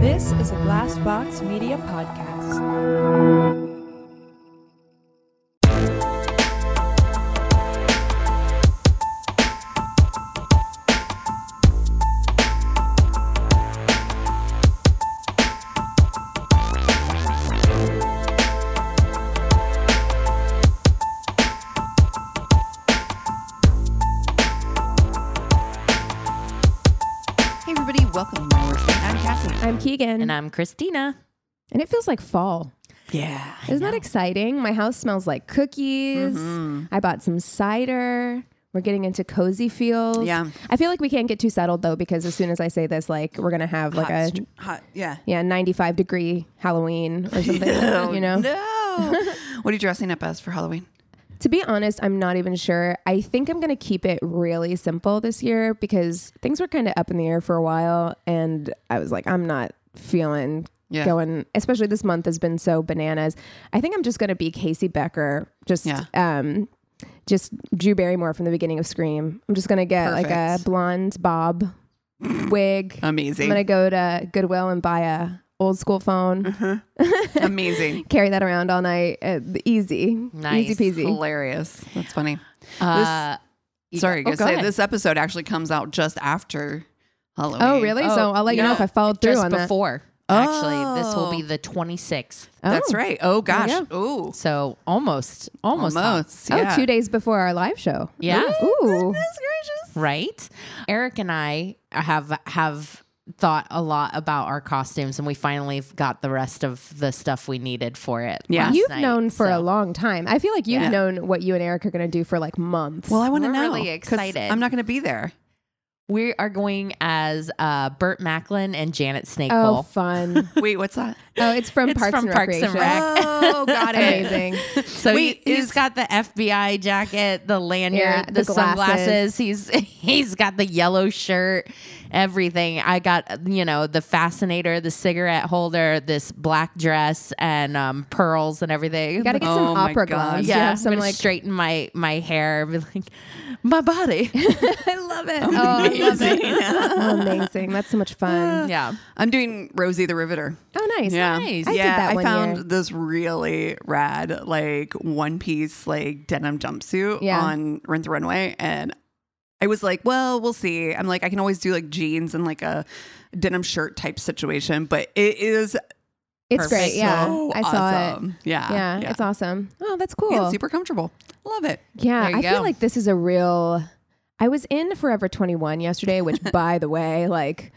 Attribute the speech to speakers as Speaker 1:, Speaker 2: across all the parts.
Speaker 1: This is a Glass Box Media podcast.
Speaker 2: Hey, everybody, welcome to My Worst Date. I'm Cassie.
Speaker 3: I'm Keegan.
Speaker 4: And I'm Christina.
Speaker 3: And it feels like fall.
Speaker 2: Yeah.
Speaker 3: Isn't that exciting? My house smells like cookies.
Speaker 2: Mm-hmm.
Speaker 3: I bought some cider. We're getting into cozy feels.
Speaker 2: Yeah.
Speaker 3: I feel like we can't get too settled though, because as soon as I say this, like we're gonna have like
Speaker 2: Hot,
Speaker 3: a
Speaker 2: str- hot, yeah.
Speaker 3: yeah, 95 degree Halloween or something. you know?
Speaker 2: No. what are you dressing up as for Halloween?
Speaker 3: To be honest, I'm not even sure. I think I'm going to keep it really simple this year because things were kind of up in the air for a while. And I was like, I'm not feeling
Speaker 2: Yeah.
Speaker 3: going, especially this month has been so bananas. I think I'm just going to be Casey Becker, just,
Speaker 2: Yeah.
Speaker 3: um, just Drew Barrymore from the beginning of Scream. I'm just going to get like a
Speaker 2: Perfect.
Speaker 3: blonde bob wig. I'm
Speaker 2: Amazing.
Speaker 3: going to go to Goodwill and buy a old school phone,
Speaker 2: Mm-hmm. Amazing.
Speaker 3: carry that around all night. Uh, easy.
Speaker 4: Nice.
Speaker 3: Easy peasy.
Speaker 2: Hilarious. That's funny.
Speaker 4: Uh,
Speaker 2: This, sorry,
Speaker 4: oh,
Speaker 2: gonna
Speaker 4: go
Speaker 2: say
Speaker 4: ahead.
Speaker 2: this episode actually comes out just after Halloween.
Speaker 3: Oh, really? so
Speaker 4: Oh,
Speaker 3: I'll let you know
Speaker 2: no.
Speaker 3: if I followed through
Speaker 4: just
Speaker 3: on that.
Speaker 4: before, actually, this will be the 26th.
Speaker 3: Oh.
Speaker 2: That's right. Oh gosh.
Speaker 3: you
Speaker 2: Oh,
Speaker 4: So almost, almost,
Speaker 2: almost.
Speaker 3: Oh,
Speaker 2: Yeah.
Speaker 3: two days before our live show.
Speaker 4: Yeah.
Speaker 3: Ooh.
Speaker 2: That's gracious.
Speaker 4: right? Eric and I have have thought a lot about our costumes, and we finally got the rest of the stuff we needed for it.
Speaker 2: Yeah.
Speaker 4: last
Speaker 3: You've
Speaker 4: night,
Speaker 3: known for a
Speaker 4: so-
Speaker 3: long time. I feel like you've
Speaker 4: Yeah.
Speaker 3: known what you and Eric are going to do for like months.
Speaker 2: Well, I want to
Speaker 4: We're
Speaker 2: know.
Speaker 4: really
Speaker 2: 'cause
Speaker 4: excited.
Speaker 2: I'm not going to be there.
Speaker 4: We are going as uh, Burt Macklin and Janet Snake
Speaker 3: oh,
Speaker 4: Hole.
Speaker 3: fun.
Speaker 2: Wait, what's that?
Speaker 3: oh, it's from
Speaker 4: It's
Speaker 3: Parks
Speaker 4: from
Speaker 3: and
Speaker 4: Parks and
Speaker 3: Recreation.
Speaker 4: Rec.
Speaker 2: Oh, got it.
Speaker 3: Amazing.
Speaker 4: so
Speaker 2: Wait,
Speaker 4: he,
Speaker 2: is-
Speaker 4: has got the FBI jacket, the lanyard,
Speaker 3: Yeah,
Speaker 4: the,
Speaker 3: the glasses.
Speaker 4: sunglasses. He's he's got the yellow shirt, everything. I got you know the fascinator, the cigarette holder, this black dress, and um, pearls and everything.
Speaker 3: You got to get
Speaker 2: Oh
Speaker 3: some
Speaker 2: my
Speaker 3: opera
Speaker 2: God.
Speaker 3: gloves.
Speaker 4: yeah,
Speaker 3: You have
Speaker 4: I'm
Speaker 3: some
Speaker 4: gonna
Speaker 3: like.
Speaker 4: straighten my my hair, be like my body.
Speaker 3: I love it. Oh, I love it. Oh, Amazing. That's so much fun.
Speaker 4: yeah,
Speaker 2: I'm doing Rosie the Riveter.
Speaker 3: Oh, nice.
Speaker 2: Yeah.
Speaker 4: Nice.
Speaker 3: I did
Speaker 2: yeah,
Speaker 3: that
Speaker 2: I
Speaker 3: one
Speaker 2: found
Speaker 3: year.
Speaker 2: this really rad, like one piece, like denim jumpsuit
Speaker 3: Yeah.
Speaker 2: on Rent the Runway, and I was like, well, we'll see. I'm like, I can always do like jeans and like a denim shirt type situation, but it is
Speaker 3: It's
Speaker 4: Perfect.
Speaker 3: great. Yeah.
Speaker 2: so
Speaker 3: I saw it.
Speaker 2: awesome. Yeah,
Speaker 3: Yeah, it's awesome. Oh, that's cool.
Speaker 2: Yeah, it's super comfortable. Love it.
Speaker 3: Yeah,
Speaker 4: There you
Speaker 3: I feel
Speaker 4: go.
Speaker 3: like this is a real. I was in Forever 21 yesterday, which, by the way, like,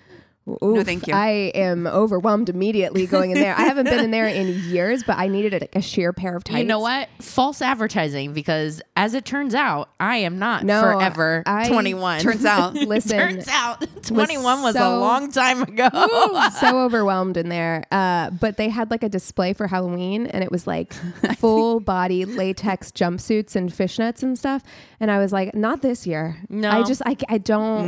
Speaker 3: oof,
Speaker 2: thank you.
Speaker 3: I am overwhelmed immediately going in there. I haven't been in there in years, but I needed a, a sheer pair of tights.
Speaker 4: you know what? False advertising because as it turns out, I am not
Speaker 3: No,
Speaker 4: forever
Speaker 3: I-
Speaker 4: twenty one.
Speaker 2: Turns out,
Speaker 3: Listen,
Speaker 4: Turns out 21 was a
Speaker 3: so-
Speaker 4: long time ago.
Speaker 3: so overwhelmed in there. Uh, but they had like a display for Halloween, and it was like full body latex jumpsuits and fishnets and stuff. And I was like, not this year.
Speaker 4: No.
Speaker 3: I just I, I don't.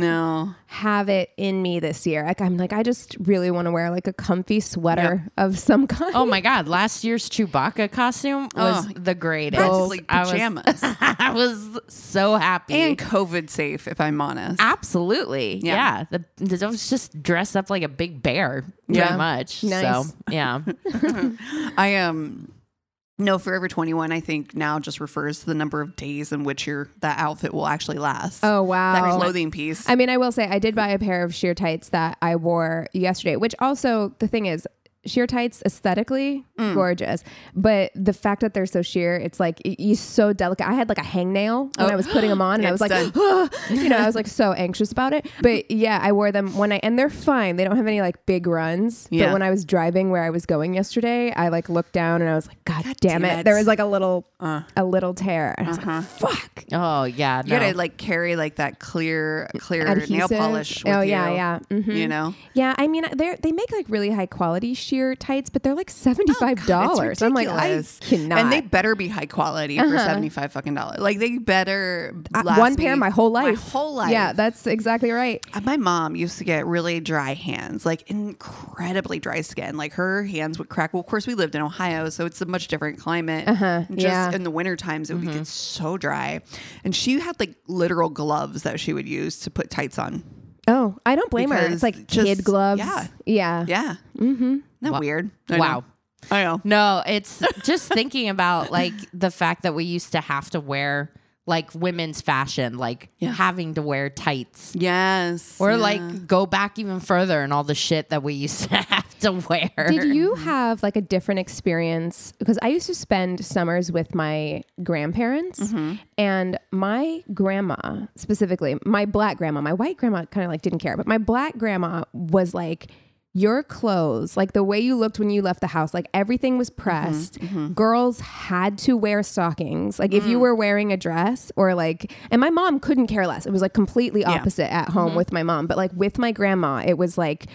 Speaker 2: no,
Speaker 3: have it in me this year. Like I'm like I just really want to wear like a comfy sweater of some kind.
Speaker 4: Oh my God. Last year's Chewbacca costume was
Speaker 2: Oh.
Speaker 4: the greatest.
Speaker 2: that's like
Speaker 4: I was-
Speaker 2: pajamas
Speaker 4: I was, so happy.
Speaker 2: and COVID safe. If I'm honest,
Speaker 4: Absolutely.
Speaker 2: Yeah.
Speaker 4: Yeah. The, the, I was just dressed up like a big bear, pretty
Speaker 2: Yeah.
Speaker 4: much.
Speaker 3: Nice.
Speaker 4: So, yeah.
Speaker 2: I am no forever 21 I think now just refers to the number of days in which your that outfit will actually last.
Speaker 3: Oh, wow.
Speaker 2: That clothing piece.
Speaker 3: I mean, I will say I did buy a pair of sheer tights that I wore yesterday, which also the thing is sheer tights aesthetically
Speaker 2: Mm.
Speaker 3: gorgeous, but the fact that they're so sheer, it's like y- you so delicate. I had like a hangnail when I was putting them on and I was
Speaker 2: Oh, It's
Speaker 3: like, you know, I was like so anxious about it. But yeah, I wore them when I and they're fine. They don't have any like big runs.
Speaker 2: Yeah.
Speaker 3: But when I was driving where I was going yesterday, I like looked down and I was like, God, damn,
Speaker 2: damn
Speaker 3: it.
Speaker 2: it. Uh-huh.
Speaker 3: There was like a little um, a little tear. And I was like, fuck.
Speaker 4: Oh, yeah.
Speaker 2: you
Speaker 4: no.
Speaker 2: gotta like carry like that clear clear nail
Speaker 3: Adhesive.
Speaker 2: polish. With
Speaker 3: Oh, yeah,
Speaker 2: you,
Speaker 3: yeah. Mhm.
Speaker 2: You know,
Speaker 3: Yeah, I mean, they they make like really high quality sheer tights, but they're like seventy five dollars.
Speaker 2: It's
Speaker 3: I'm like, I
Speaker 2: Oh, ridiculous.
Speaker 3: cannot.
Speaker 2: And they better be high quality for seventy five fucking dollars. Like they better
Speaker 3: Uh,
Speaker 2: last
Speaker 3: one pair
Speaker 2: me
Speaker 3: my whole life.
Speaker 2: My whole life.
Speaker 3: Yeah, that's exactly right.
Speaker 2: Uh, My mom used to get really dry hands, like incredibly dry skin. Like her hands would crack. Well, of course, we lived in Ohio, so it's a much different climate. Uh-huh. Just
Speaker 3: yeah.
Speaker 2: in the winter times, it would
Speaker 4: Mm-hmm.
Speaker 2: get so dry. And she had like literal gloves that she would use to put tights on.
Speaker 3: Oh, I don't blame her.
Speaker 2: Because
Speaker 3: It's like
Speaker 2: just-
Speaker 3: kid gloves.
Speaker 2: yeah.
Speaker 3: Yeah.
Speaker 2: Yeah.
Speaker 3: Mm-hmm.
Speaker 2: Not
Speaker 4: Wow.
Speaker 2: weird. I know.
Speaker 4: Wow.
Speaker 2: I know.
Speaker 4: No, it's just thinking about like the fact that we used to have to wear like women's fashion, like
Speaker 2: Yeah.
Speaker 4: having to wear tights.
Speaker 2: Yes.
Speaker 4: Or
Speaker 2: yeah.
Speaker 4: like go back even further and all the shit that we used to have to wear.
Speaker 3: Did you have like a different experience? Because I used to spend summers with my grandparents and my grandma specifically, my black grandma, my white grandma kind of like didn't care, but my black grandma was like, your clothes, like the way you looked when you left the house, like everything was pressed. Girls had to wear stockings. Like if you were wearing a dress or like, and my mom couldn't care less. It was like completely opposite at home with my mom, but like with my grandma, it was like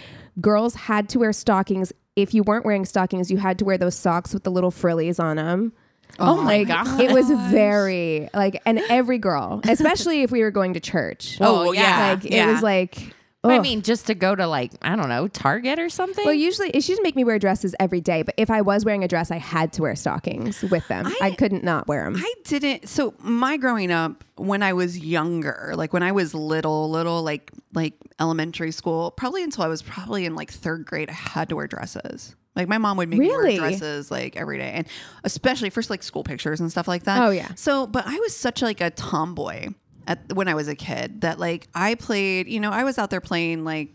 Speaker 3: girls had to wear stockings. If you weren't wearing stockings, you had to wear those socks with the little frillies on them. Oh my god! It was very like, and every girl, especially if we were going to church.
Speaker 2: Oh, well, yeah.
Speaker 3: like
Speaker 2: yeah.
Speaker 3: it was like.
Speaker 4: I
Speaker 3: ugh.
Speaker 4: mean, just to go to like, I don't know, Target or something?
Speaker 3: Well, usually she didn't make me wear dresses every day, but if I was wearing a dress, I had to wear stockings with them. I, couldn't not wear them.
Speaker 2: I didn't. So my growing up, when I was younger, like when I was little, little like like elementary school, probably until I was probably in like third grade, I had to wear dresses. Like my mom would make
Speaker 3: Really?
Speaker 2: me wear dresses like every day, and especially for like school pictures and stuff like that.
Speaker 3: Oh, yeah.
Speaker 2: So, but I was such like a tomboy at when I was a kid that like I played. You know, I was out there playing like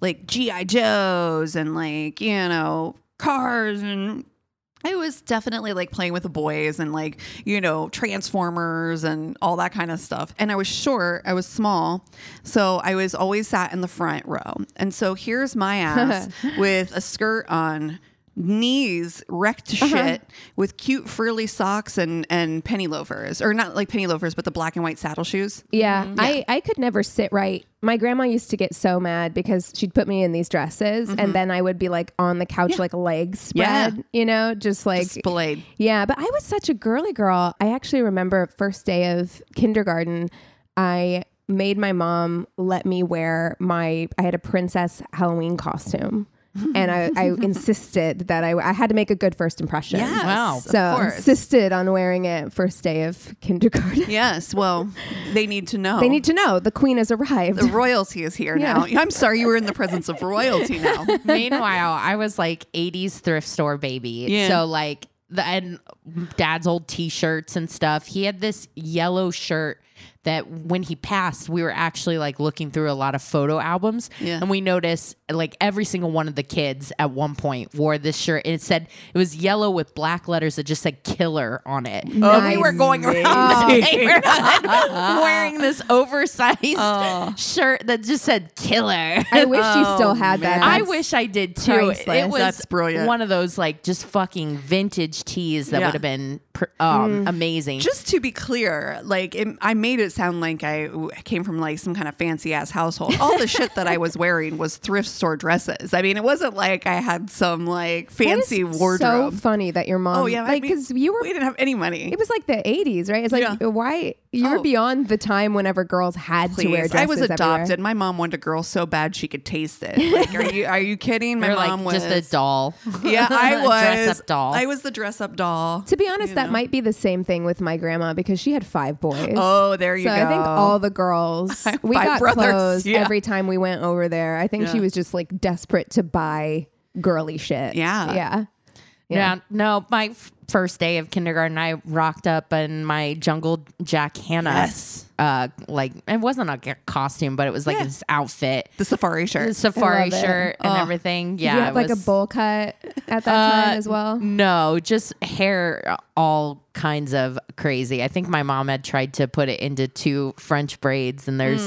Speaker 2: like GI Joes and like you know cars and I was definitely like playing with the boys and like, you know, Transformers and all that kind of stuff. And I was short, I was small. So I was always sat in the front row. And so here's my ass with a skirt on, knees wrecked to
Speaker 3: Uh-huh.
Speaker 2: shit, with cute frilly socks and, and penny loafers. Or not like penny loafers, but the black and white saddle shoes.
Speaker 3: yeah, I, I could never sit right. My grandma used to get so mad because she'd put me in these dresses and then I would be like on the couch, like legs
Speaker 2: Yeah.
Speaker 3: spread, you know, just like.
Speaker 2: Displayed.
Speaker 3: yeah, but I was such a girly girl. I actually remember first day of kindergarten, I made my mom let me wear my I had a princess Halloween costume. and I, I insisted that I, I had to make a good first impression.
Speaker 2: Yes.
Speaker 4: Wow.
Speaker 2: Of
Speaker 3: So I
Speaker 2: course.
Speaker 3: insisted on wearing it first day of kindergarten.
Speaker 2: Yes. Well, they need to know.
Speaker 3: They need to know the queen has arrived.
Speaker 2: the royalty is here now. I'm sorry you were in the presence of royalty now.
Speaker 4: Meanwhile, I was like 80s thrift store baby.
Speaker 2: Yeah.
Speaker 4: So like the and dad's old t-shirts and stuff. He had this yellow shirt that when he passed, we were actually like looking through a lot of photo albums
Speaker 2: Yeah.
Speaker 4: and we noticed like every single one of the kids at one point wore this shirt and it said it was yellow with black letters that just said killer on it.
Speaker 2: Oh,
Speaker 4: And we were going around
Speaker 3: Oh.
Speaker 4: the neighborhood wearing this oversized
Speaker 2: Oh.
Speaker 4: shirt that just said killer.
Speaker 3: I wish you still had that.
Speaker 4: I
Speaker 3: That's-
Speaker 4: wish I did too. It
Speaker 3: priceless.
Speaker 4: was
Speaker 2: That's brilliant.
Speaker 4: One of those like just fucking vintage teas
Speaker 2: Yeah.
Speaker 4: that
Speaker 2: Hmm.
Speaker 4: would have been pr- um, amazing.
Speaker 2: Just to be clear, like it, I made it sound like I w- came from like some kind of fancy ass household. All the shit that I was wearing was thrift store dresses. I mean, it wasn't like I had some like
Speaker 3: That
Speaker 2: fancy
Speaker 3: is
Speaker 2: wardrobe.
Speaker 3: So funny that your mom.
Speaker 2: oh yeah, I
Speaker 3: like
Speaker 2: mean,
Speaker 3: because you were.
Speaker 2: we didn't have any money.
Speaker 3: It was like the '80s, right? It's like
Speaker 2: Yeah.
Speaker 3: why you were
Speaker 2: Oh.
Speaker 3: beyond the time whenever girls had to wear
Speaker 2: Please.
Speaker 3: dresses.
Speaker 2: I was
Speaker 3: everywhere.
Speaker 2: adopted. My mom wanted a girl so bad she could taste it. Like, are you are you kidding? My
Speaker 4: Or, like
Speaker 2: mom was
Speaker 4: just a doll.
Speaker 2: yeah. I was
Speaker 4: dress up doll.
Speaker 2: I was the dress up doll.
Speaker 3: To be honest, that might be the same thing with my grandma because she had five boys.
Speaker 2: oh, there you
Speaker 3: so
Speaker 2: go.
Speaker 3: I think all the girls we
Speaker 2: Five
Speaker 3: got
Speaker 2: brothers,
Speaker 3: clothes
Speaker 2: yeah.
Speaker 3: every time we went over there. I think she
Speaker 2: Yeah.
Speaker 3: was just like desperate to buy girly shit.
Speaker 2: Yeah.
Speaker 3: yeah.
Speaker 4: yeah. No, my f- first day of kindergarten, I rocked up in my jungle Jack Hanna.
Speaker 2: Yes.
Speaker 4: Uh, like it wasn't a g- costume, but it was like
Speaker 2: Yeah.
Speaker 4: this outfit,
Speaker 2: the safari shirt.
Speaker 4: the safari
Speaker 3: love it.
Speaker 4: shirt, and everything. Yeah,
Speaker 3: Did you have
Speaker 4: it
Speaker 3: like
Speaker 4: was- Uh,
Speaker 3: a bowl cut at that time as well?
Speaker 4: No, just hair, all kinds of crazy. I think my mom had tried to put it into two French braids, and there's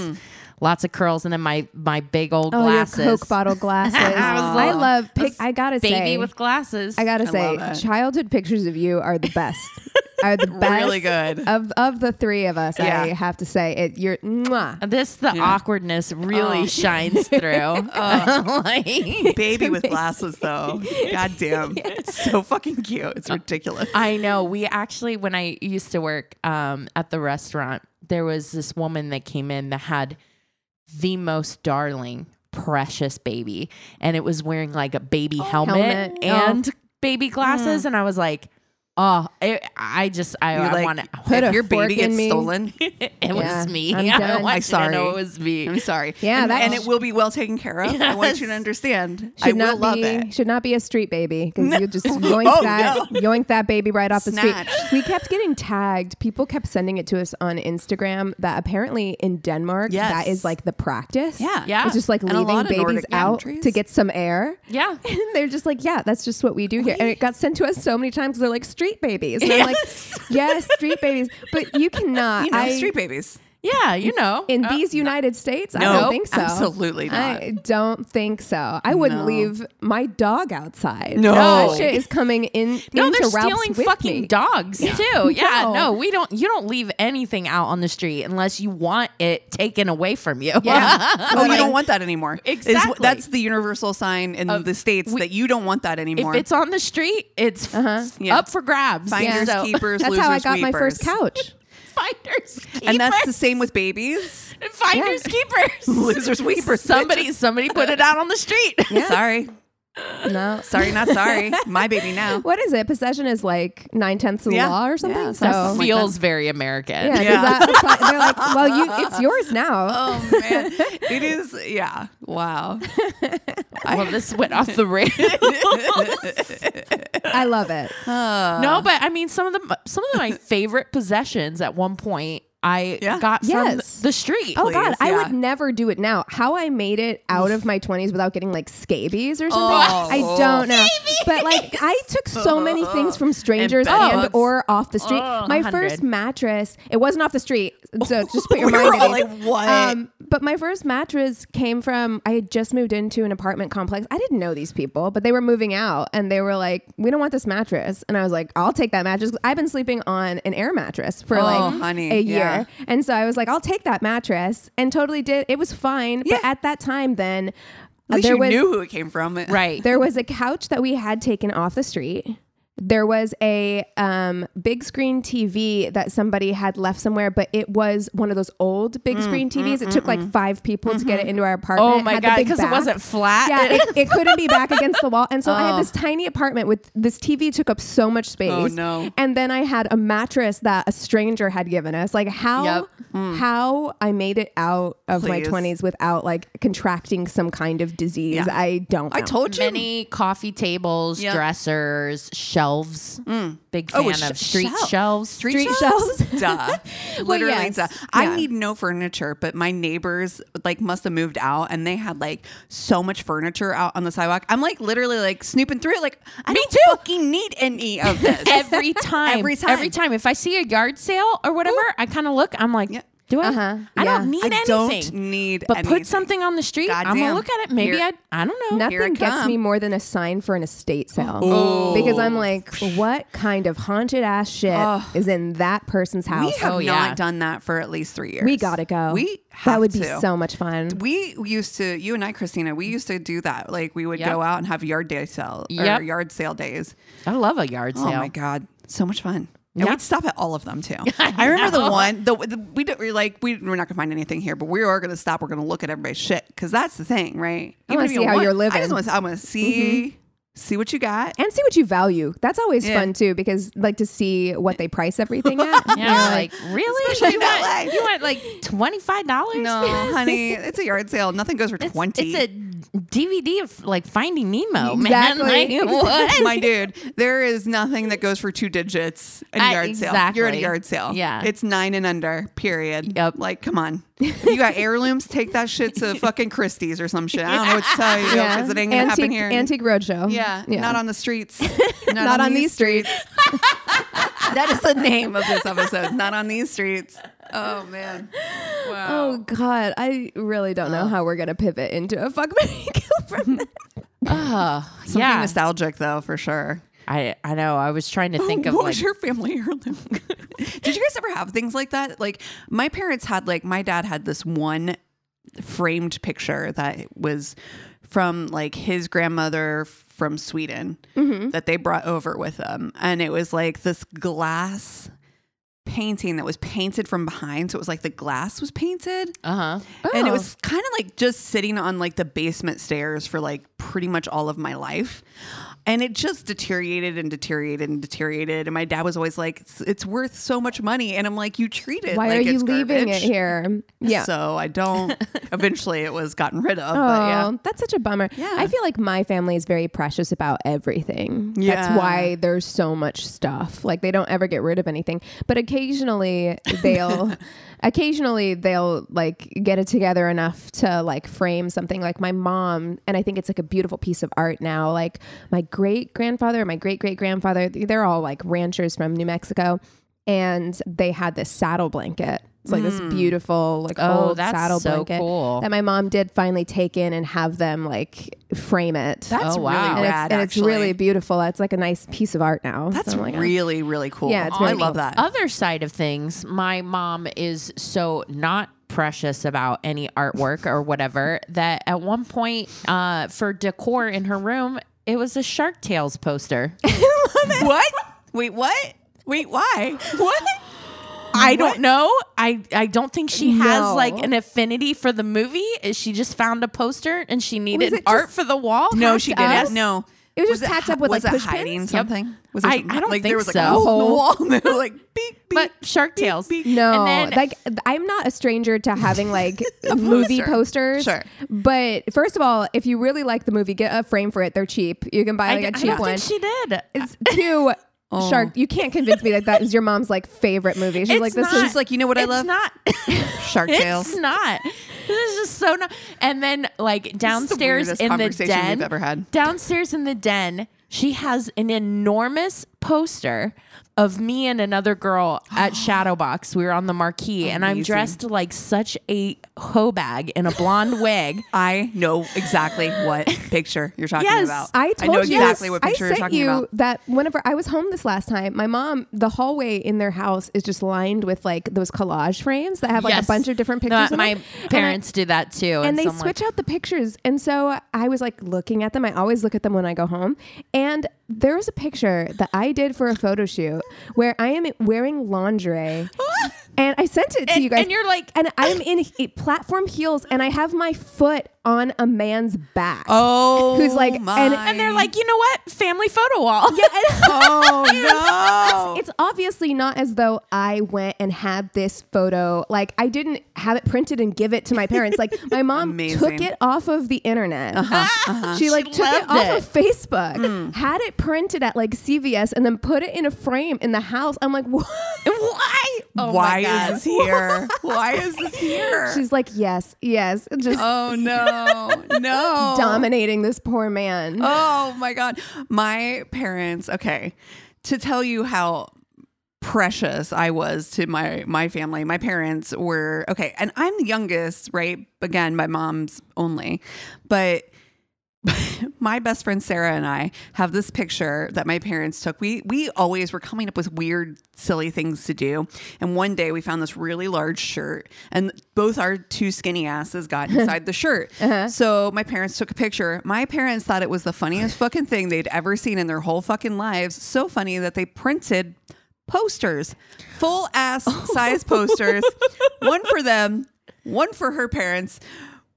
Speaker 4: lots of curls, and then my my big old
Speaker 3: Hmm. Oh,
Speaker 4: glasses.
Speaker 3: your Coke bottle glasses. I,
Speaker 4: was like-
Speaker 3: love. Pic-
Speaker 4: This
Speaker 3: I gotta
Speaker 4: baby
Speaker 3: say,
Speaker 4: with glasses.
Speaker 3: I gotta
Speaker 2: love it.
Speaker 3: say, childhood pictures of you are the best. are the best.
Speaker 2: Really good.
Speaker 3: of of the three of us. I
Speaker 2: Yeah.
Speaker 3: have to say, it. You're mwah.
Speaker 4: this the awkwardness really
Speaker 3: Oh.
Speaker 4: shines through. Like,
Speaker 2: baby with glasses though. God damn. So fucking cute. It's ridiculous.
Speaker 4: I know. We actually, when I used to work um, at the restaurant, there was this woman that came in that had the most darling, precious baby, and it was wearing like a baby helmet,
Speaker 3: Oh, helmet. Mm.
Speaker 4: and baby glasses, and I was like. Oh, I, I just I,
Speaker 2: You're
Speaker 4: I
Speaker 2: like,
Speaker 4: want to.
Speaker 3: put
Speaker 2: if
Speaker 3: a
Speaker 2: your baby
Speaker 3: fork in
Speaker 2: gets
Speaker 3: me.
Speaker 2: stolen,
Speaker 4: It
Speaker 3: Yeah,
Speaker 4: was me.
Speaker 3: I'm
Speaker 4: I
Speaker 3: done.
Speaker 4: want
Speaker 2: I'm
Speaker 4: you to
Speaker 2: sorry.
Speaker 4: know it was me.
Speaker 2: I'm sorry.
Speaker 3: Yeah,
Speaker 2: and,
Speaker 3: that
Speaker 2: and
Speaker 3: sh-
Speaker 2: it will be well taken care of. I want you to understand. I
Speaker 3: Should
Speaker 2: will
Speaker 3: not
Speaker 2: love
Speaker 3: be
Speaker 2: it.
Speaker 3: should not be a street baby because you just yoink
Speaker 2: Oh,
Speaker 3: that yoink that baby right off the street.
Speaker 2: Snatched.
Speaker 3: We kept getting tagged. People kept sending it to us on Instagram. That apparently in Denmark
Speaker 2: Yes.
Speaker 3: that is like the practice.
Speaker 2: Yeah.
Speaker 4: Yeah.
Speaker 3: it's just like
Speaker 2: And a
Speaker 3: leaving
Speaker 2: lot of
Speaker 3: babies
Speaker 2: Nordic
Speaker 3: out
Speaker 2: countries.
Speaker 3: to get some air.
Speaker 4: Yeah.
Speaker 3: And they're just like, yeah, that's just what we do here. And it got sent to us so many times. They're like street babies, and I'm like, yes, street babies. But you cannot.
Speaker 2: You know,
Speaker 3: I-
Speaker 2: street babies.
Speaker 4: Yeah, you know.
Speaker 3: in
Speaker 4: Uh,
Speaker 3: these United States, I
Speaker 2: Oh, No,
Speaker 3: don't think so.
Speaker 2: absolutely not.
Speaker 3: I don't think so. I wouldn't
Speaker 2: No.
Speaker 3: leave my dog outside.
Speaker 2: No.
Speaker 3: that shit is coming in.
Speaker 4: No,
Speaker 3: into
Speaker 4: they're
Speaker 3: Ralph's
Speaker 4: stealing
Speaker 3: with
Speaker 4: fucking
Speaker 3: me.
Speaker 4: dogs too. Yeah,
Speaker 3: No.
Speaker 4: no. we don't. You don't leave anything out on the street unless you want it taken away from you.
Speaker 2: Yeah. oh, you
Speaker 4: Like,
Speaker 2: don't want that anymore. Is what-
Speaker 4: Exactly.
Speaker 2: that's the universal sign in the states that you don't want that anymore.
Speaker 4: If it's on the street, it's
Speaker 3: Uh-huh.
Speaker 4: f-
Speaker 2: Yeah.
Speaker 4: up for grabs.
Speaker 2: Finders, keepers,
Speaker 3: That's
Speaker 2: losers,
Speaker 3: how I got my
Speaker 2: weepers.
Speaker 3: first couch.
Speaker 4: Finders, keepers.
Speaker 2: And that's the same with babies.
Speaker 4: finders, keepers,
Speaker 2: Losers, weepers,
Speaker 4: Somebody, somebody put it out on the street.
Speaker 2: Sorry.
Speaker 3: No.
Speaker 2: Sorry, not sorry. My baby now.
Speaker 3: What is it? Possession is like nine tenths of the
Speaker 2: Yeah.
Speaker 3: law or something.
Speaker 2: Yeah,
Speaker 3: so
Speaker 2: something like
Speaker 4: Feels very American.
Speaker 3: yeah, does
Speaker 2: Yeah.
Speaker 3: that apply? they're like, well, you, it's yours now.
Speaker 2: Oh man. It is yeah. Wow.
Speaker 4: Well, this went off the rails.
Speaker 3: I love it. Uh.
Speaker 4: no, but I mean, some of the some of my favorite possessions at one point I
Speaker 2: Yeah.
Speaker 4: got
Speaker 3: Yes.
Speaker 4: from the street.
Speaker 3: Oh God, I
Speaker 2: yeah.
Speaker 3: would never do it now. How I made it out of my twenties without getting like scabies or something,
Speaker 2: Oh.
Speaker 3: I don't know. But like, I took so many things from strangers and,
Speaker 2: bugs.
Speaker 3: or off the street.
Speaker 4: Oh,
Speaker 3: my
Speaker 4: 100.
Speaker 3: first mattress, it wasn't off the street, so just put your
Speaker 2: We were
Speaker 3: mind at
Speaker 2: all
Speaker 3: ease. Um,
Speaker 2: like, what?
Speaker 3: but my first mattress came from I had just moved into an apartment complex. I didn't know these people, but they were moving out and they were like, "We don't want this mattress," and I was like, "I'll take that mattress." 'Cause I've been sleeping on an air mattress for
Speaker 2: Oh,
Speaker 3: like
Speaker 2: honey,
Speaker 3: a year.
Speaker 2: yeah.
Speaker 3: And so I was like, I'll take that mattress and totally did. It was fine.
Speaker 2: Yeah.
Speaker 3: But at that time, then
Speaker 2: At least
Speaker 3: there
Speaker 2: you
Speaker 3: was
Speaker 2: knew who it came from.
Speaker 4: Right.
Speaker 3: there was a couch that we had taken off the street. There was a um, big screen TV that somebody had left somewhere, but it was one of those old big screen TVs. it took like five people to get it into our apartment.
Speaker 4: Oh
Speaker 3: It
Speaker 4: my
Speaker 3: had the
Speaker 4: god,
Speaker 3: big
Speaker 4: because it
Speaker 3: back.
Speaker 4: wasn't flat.
Speaker 3: Yeah, it, it couldn't be back against the wall. And so I had this tiny apartment with this TV took up so much space.
Speaker 2: Oh, no.
Speaker 3: And then I had a mattress that a stranger had given us. Like how
Speaker 4: Yep.
Speaker 3: how I made it out of
Speaker 2: Hmm.
Speaker 3: my
Speaker 2: Please.
Speaker 3: twenties without like contracting some kind of disease.
Speaker 2: Yeah.
Speaker 3: I don't know.
Speaker 2: I
Speaker 4: Oh,
Speaker 2: told you.
Speaker 4: Many coffee tables,
Speaker 2: Yeah.
Speaker 4: dressers, shelves. Big fan
Speaker 2: Oh, sh-
Speaker 4: of street
Speaker 2: shel-
Speaker 4: shelves. Street,
Speaker 3: Street shelves.
Speaker 2: duh. Literally
Speaker 3: yes.
Speaker 2: duh. I
Speaker 3: Yeah.
Speaker 2: need no furniture, but my neighbors like must have moved out and they had like so much furniture out on the sidewalk. I'm like literally like snooping through it like I don't fucking need any of this.
Speaker 4: Every time.
Speaker 2: Every time.
Speaker 4: Every time. If I see a yard sale or whatever, I kind of look. I'm like,
Speaker 2: Yeah.
Speaker 4: do I?
Speaker 3: Uh-huh.
Speaker 4: I
Speaker 3: Yeah.
Speaker 4: don't need
Speaker 2: I
Speaker 4: anything.
Speaker 2: don't need
Speaker 4: But
Speaker 2: anything.
Speaker 4: put something on the street. I'm gonna
Speaker 2: Goddamn.
Speaker 4: look at it. Maybe
Speaker 2: Here-
Speaker 4: I. I don't know.
Speaker 2: Here
Speaker 3: Nothing
Speaker 2: it
Speaker 3: gets
Speaker 2: come. Oh.
Speaker 3: me more than a sign for an estate sale. Because I'm like, what kind of haunted ass shit is in that person's
Speaker 2: We
Speaker 3: house?
Speaker 2: have
Speaker 4: Oh,
Speaker 2: not
Speaker 4: yeah.
Speaker 2: done that for at least three years.
Speaker 3: We gotta go.
Speaker 2: We
Speaker 3: that
Speaker 2: have
Speaker 3: would be
Speaker 2: to.
Speaker 3: so much fun.
Speaker 2: we used to you and I, Christina, we used to do that. Like we would
Speaker 4: Yep.
Speaker 2: go out and have yard day sale
Speaker 4: Yep.
Speaker 2: or yard sale days.
Speaker 4: I love a yard sale.
Speaker 2: Oh my god, so much fun. And
Speaker 4: Yeah.
Speaker 2: we'd stop at all of them too. I remember the one the, the we did, we were like we, we're not gonna find anything here, but we are gonna stop. We're gonna look at everybody's shit because that's the thing, right?
Speaker 3: I wanna
Speaker 2: if you
Speaker 3: see how
Speaker 2: want-
Speaker 3: you're
Speaker 2: I
Speaker 3: living.
Speaker 2: just want to. I want to see see what you got.
Speaker 3: and see what you value. That's always
Speaker 2: Yeah.
Speaker 3: fun too, because like to see what they price everything at.
Speaker 4: Yeah, like really?
Speaker 2: Especially
Speaker 4: you,
Speaker 2: in
Speaker 4: want,
Speaker 2: LA.
Speaker 4: you want like twenty five dollars?
Speaker 2: No, honey, it's a yard sale. Nothing goes for twenty.
Speaker 4: It's a DVD of like Finding Nemo,
Speaker 3: Exactly.
Speaker 4: man. Like, what?
Speaker 2: my dude, there is nothing that goes for two digits at
Speaker 4: Uh,
Speaker 2: a yard sale. You're at a
Speaker 4: exactly.
Speaker 2: yard sale.
Speaker 4: Yeah.
Speaker 2: It's nine and under, period.
Speaker 4: Yep.
Speaker 2: Like, come on. If you got heirlooms, take that shit to fucking Christie's or some shit. I don't know what to tell you because it ain't going to
Speaker 3: antique,
Speaker 2: happen here.
Speaker 3: antique roadshow.
Speaker 2: yeah, Not on the streets. Not,
Speaker 3: Not on these streets.
Speaker 2: that is the name of this episode. Not on these streets. Oh, man. Wow.
Speaker 3: Oh God, I really don't
Speaker 2: Oh.
Speaker 3: know how we're gonna pivot into a fuck Mary kill from that.
Speaker 4: Oh,
Speaker 2: Something
Speaker 4: yeah.
Speaker 2: nostalgic, though, for sure.
Speaker 4: I I know. I was trying to think
Speaker 2: what
Speaker 4: of
Speaker 2: was
Speaker 4: like
Speaker 2: your family heirloom? Did you guys ever have things like that? Like my parents had like my dad had this one framed picture that was from like his grandmother from Sweden
Speaker 4: Mm-hmm.
Speaker 2: that they brought over with them, and it was like this glass painting that was painted from behind so it was like the glass was painted
Speaker 4: uh huh.
Speaker 2: and it
Speaker 3: Oh.
Speaker 2: was kind of like just sitting on like the basement stairs for like pretty much all of my life. And it just deteriorated and deteriorated and deteriorated. And my dad was always like, it's, it's worth so much money. And I'm like, you treat it
Speaker 3: Why
Speaker 2: like
Speaker 3: are you
Speaker 2: it's
Speaker 3: leaving
Speaker 2: garbage.
Speaker 3: it here? Yeah.
Speaker 2: So I don't. Eventually, it was gotten rid of.
Speaker 3: Oh,
Speaker 2: But yeah.
Speaker 3: that's such a bummer.
Speaker 2: Yeah.
Speaker 3: I feel like my family is very precious about everything.
Speaker 2: Yeah.
Speaker 3: That's why there's so much stuff. Like they don't ever get rid of anything. But occasionally they'll occasionally they'll like get it together enough to like frame something like my mom and I think it's like a beautiful piece of art now. Like my great grandfather, my great great grandfather, they're all like ranchers from New Mexico and they had this saddle blanket. It's like this beautiful like
Speaker 4: Oh,
Speaker 3: old
Speaker 4: that's
Speaker 3: saddle
Speaker 4: so
Speaker 3: blanket
Speaker 4: cool.
Speaker 3: that my mom did finally take in and have them like frame it.
Speaker 2: That's
Speaker 4: Oh, wow.
Speaker 2: really
Speaker 3: and, it's,
Speaker 2: rad.
Speaker 3: and it's
Speaker 2: actually.
Speaker 3: really beautiful. It's like a nice piece of art now.
Speaker 2: That's
Speaker 3: So I'm like, oh.
Speaker 2: really really cool.
Speaker 3: Yeah, it's
Speaker 2: I
Speaker 3: very
Speaker 2: love
Speaker 3: cool. Uh,
Speaker 2: that.
Speaker 4: other side of things, my mom is so not precious about any artwork or whatever that at one point uh, for decor in her room, it was a Shark Tales poster.
Speaker 2: what? Wait, what? Wait, why? What?
Speaker 4: I don't know. I, I don't think she has
Speaker 3: No.
Speaker 4: like an affinity for the movie. She just found a poster and she needed
Speaker 3: it
Speaker 4: art for the wall.
Speaker 2: No, she
Speaker 3: Tacked
Speaker 2: didn't. No.
Speaker 3: up? It was just
Speaker 2: it
Speaker 3: tacked
Speaker 2: hi-
Speaker 3: up with,
Speaker 2: was
Speaker 3: like,
Speaker 2: it
Speaker 3: push
Speaker 2: hiding
Speaker 3: pins?
Speaker 2: something? Was
Speaker 4: I-
Speaker 2: something-
Speaker 4: I don't
Speaker 2: like
Speaker 4: think
Speaker 2: there was like
Speaker 4: so.
Speaker 2: a hole in the wall and they were like beep beep.
Speaker 4: But Shark Tales.
Speaker 3: No,
Speaker 4: And then-
Speaker 3: like I'm not a stranger to having like movie
Speaker 2: poster.
Speaker 3: posters.
Speaker 2: Sure.
Speaker 3: But first of all, if you really like the movie, get a frame for it. They're cheap. You can buy
Speaker 4: I,
Speaker 3: like a
Speaker 4: d- I
Speaker 3: cheap
Speaker 4: don't
Speaker 3: one.
Speaker 4: think she did.
Speaker 3: it's two shark. You can't convince me that that is your mom's like favorite movie. She's
Speaker 4: It's
Speaker 3: like, this
Speaker 4: not.
Speaker 3: is
Speaker 2: She's like, you know what I
Speaker 4: it's
Speaker 2: love?
Speaker 4: not.
Speaker 2: Shark Tale.
Speaker 4: It's not. This is just so not. And then like downstairs
Speaker 2: weirdest
Speaker 4: in the
Speaker 2: conversation
Speaker 4: den,
Speaker 2: we've ever had.
Speaker 4: downstairs in the den, she has an enormous poster of me and another girl at Shadowbox. We were on the marquee, and I'm
Speaker 2: Amazing.
Speaker 4: dressed like such a hoe bag in a blonde wig.
Speaker 2: I know exactly what picture you're talking
Speaker 4: Yes,
Speaker 2: about.
Speaker 3: I told
Speaker 2: know
Speaker 3: you
Speaker 2: exactly what
Speaker 3: I
Speaker 2: picture you're
Speaker 3: sent
Speaker 2: talking
Speaker 3: you
Speaker 2: about.
Speaker 3: that whenever I was home this last time, my mom, the hallway in their house is just lined with like those collage frames that have like
Speaker 4: Yes.
Speaker 3: a bunch of different
Speaker 4: No,
Speaker 3: pictures. in
Speaker 4: my
Speaker 3: them.
Speaker 4: parents do that too, and,
Speaker 3: and they
Speaker 4: so I'm like,
Speaker 3: switch out the pictures. And so I was like looking at them. I always look at them when I go home. And there was a picture that I did for a photo shoot where I am wearing lingerie. And I sent it to
Speaker 4: And-
Speaker 3: you guys.
Speaker 4: and you're like-
Speaker 3: and I'm in he- platform heels, and I have my foot on a man's back.
Speaker 2: Oh,
Speaker 3: who's like,
Speaker 2: my.
Speaker 3: and-
Speaker 4: And they're like, you know what? Family photo wall.
Speaker 3: yeah, and-
Speaker 2: oh no.
Speaker 3: It's obviously not as though I went and had this photo. Like I didn't have it printed and give it to my parents. Like my mom
Speaker 2: Amazing. Uh-huh,
Speaker 3: took it off of the internet. She like took it
Speaker 4: loved
Speaker 3: off
Speaker 4: it.
Speaker 3: of Facebook,
Speaker 2: Mm.
Speaker 3: had it printed at like CVS, and then put it in a frame in the house. I'm like, what?
Speaker 4: Why? Oh
Speaker 2: Why
Speaker 4: my God.
Speaker 2: is this here? Why is this here?
Speaker 3: She's like, yes, yes, just
Speaker 2: oh no, no.
Speaker 3: dominating this poor man.
Speaker 2: Oh my God. My parents, okay, to tell you how precious I was to my my family. My parents were okay, and I'm the youngest, right? Again, my mom's only. But my best friend Sarah and I have this picture that my parents took. We we always were coming up with weird, silly things to do. And one day we found this really large shirt, and both our two skinny asses got inside the shirt. So my parents took a picture. My parents thought it was the funniest fucking thing they'd ever seen in their whole fucking lives. So funny that they printed posters, full ass size posters, one for them, one for her parents.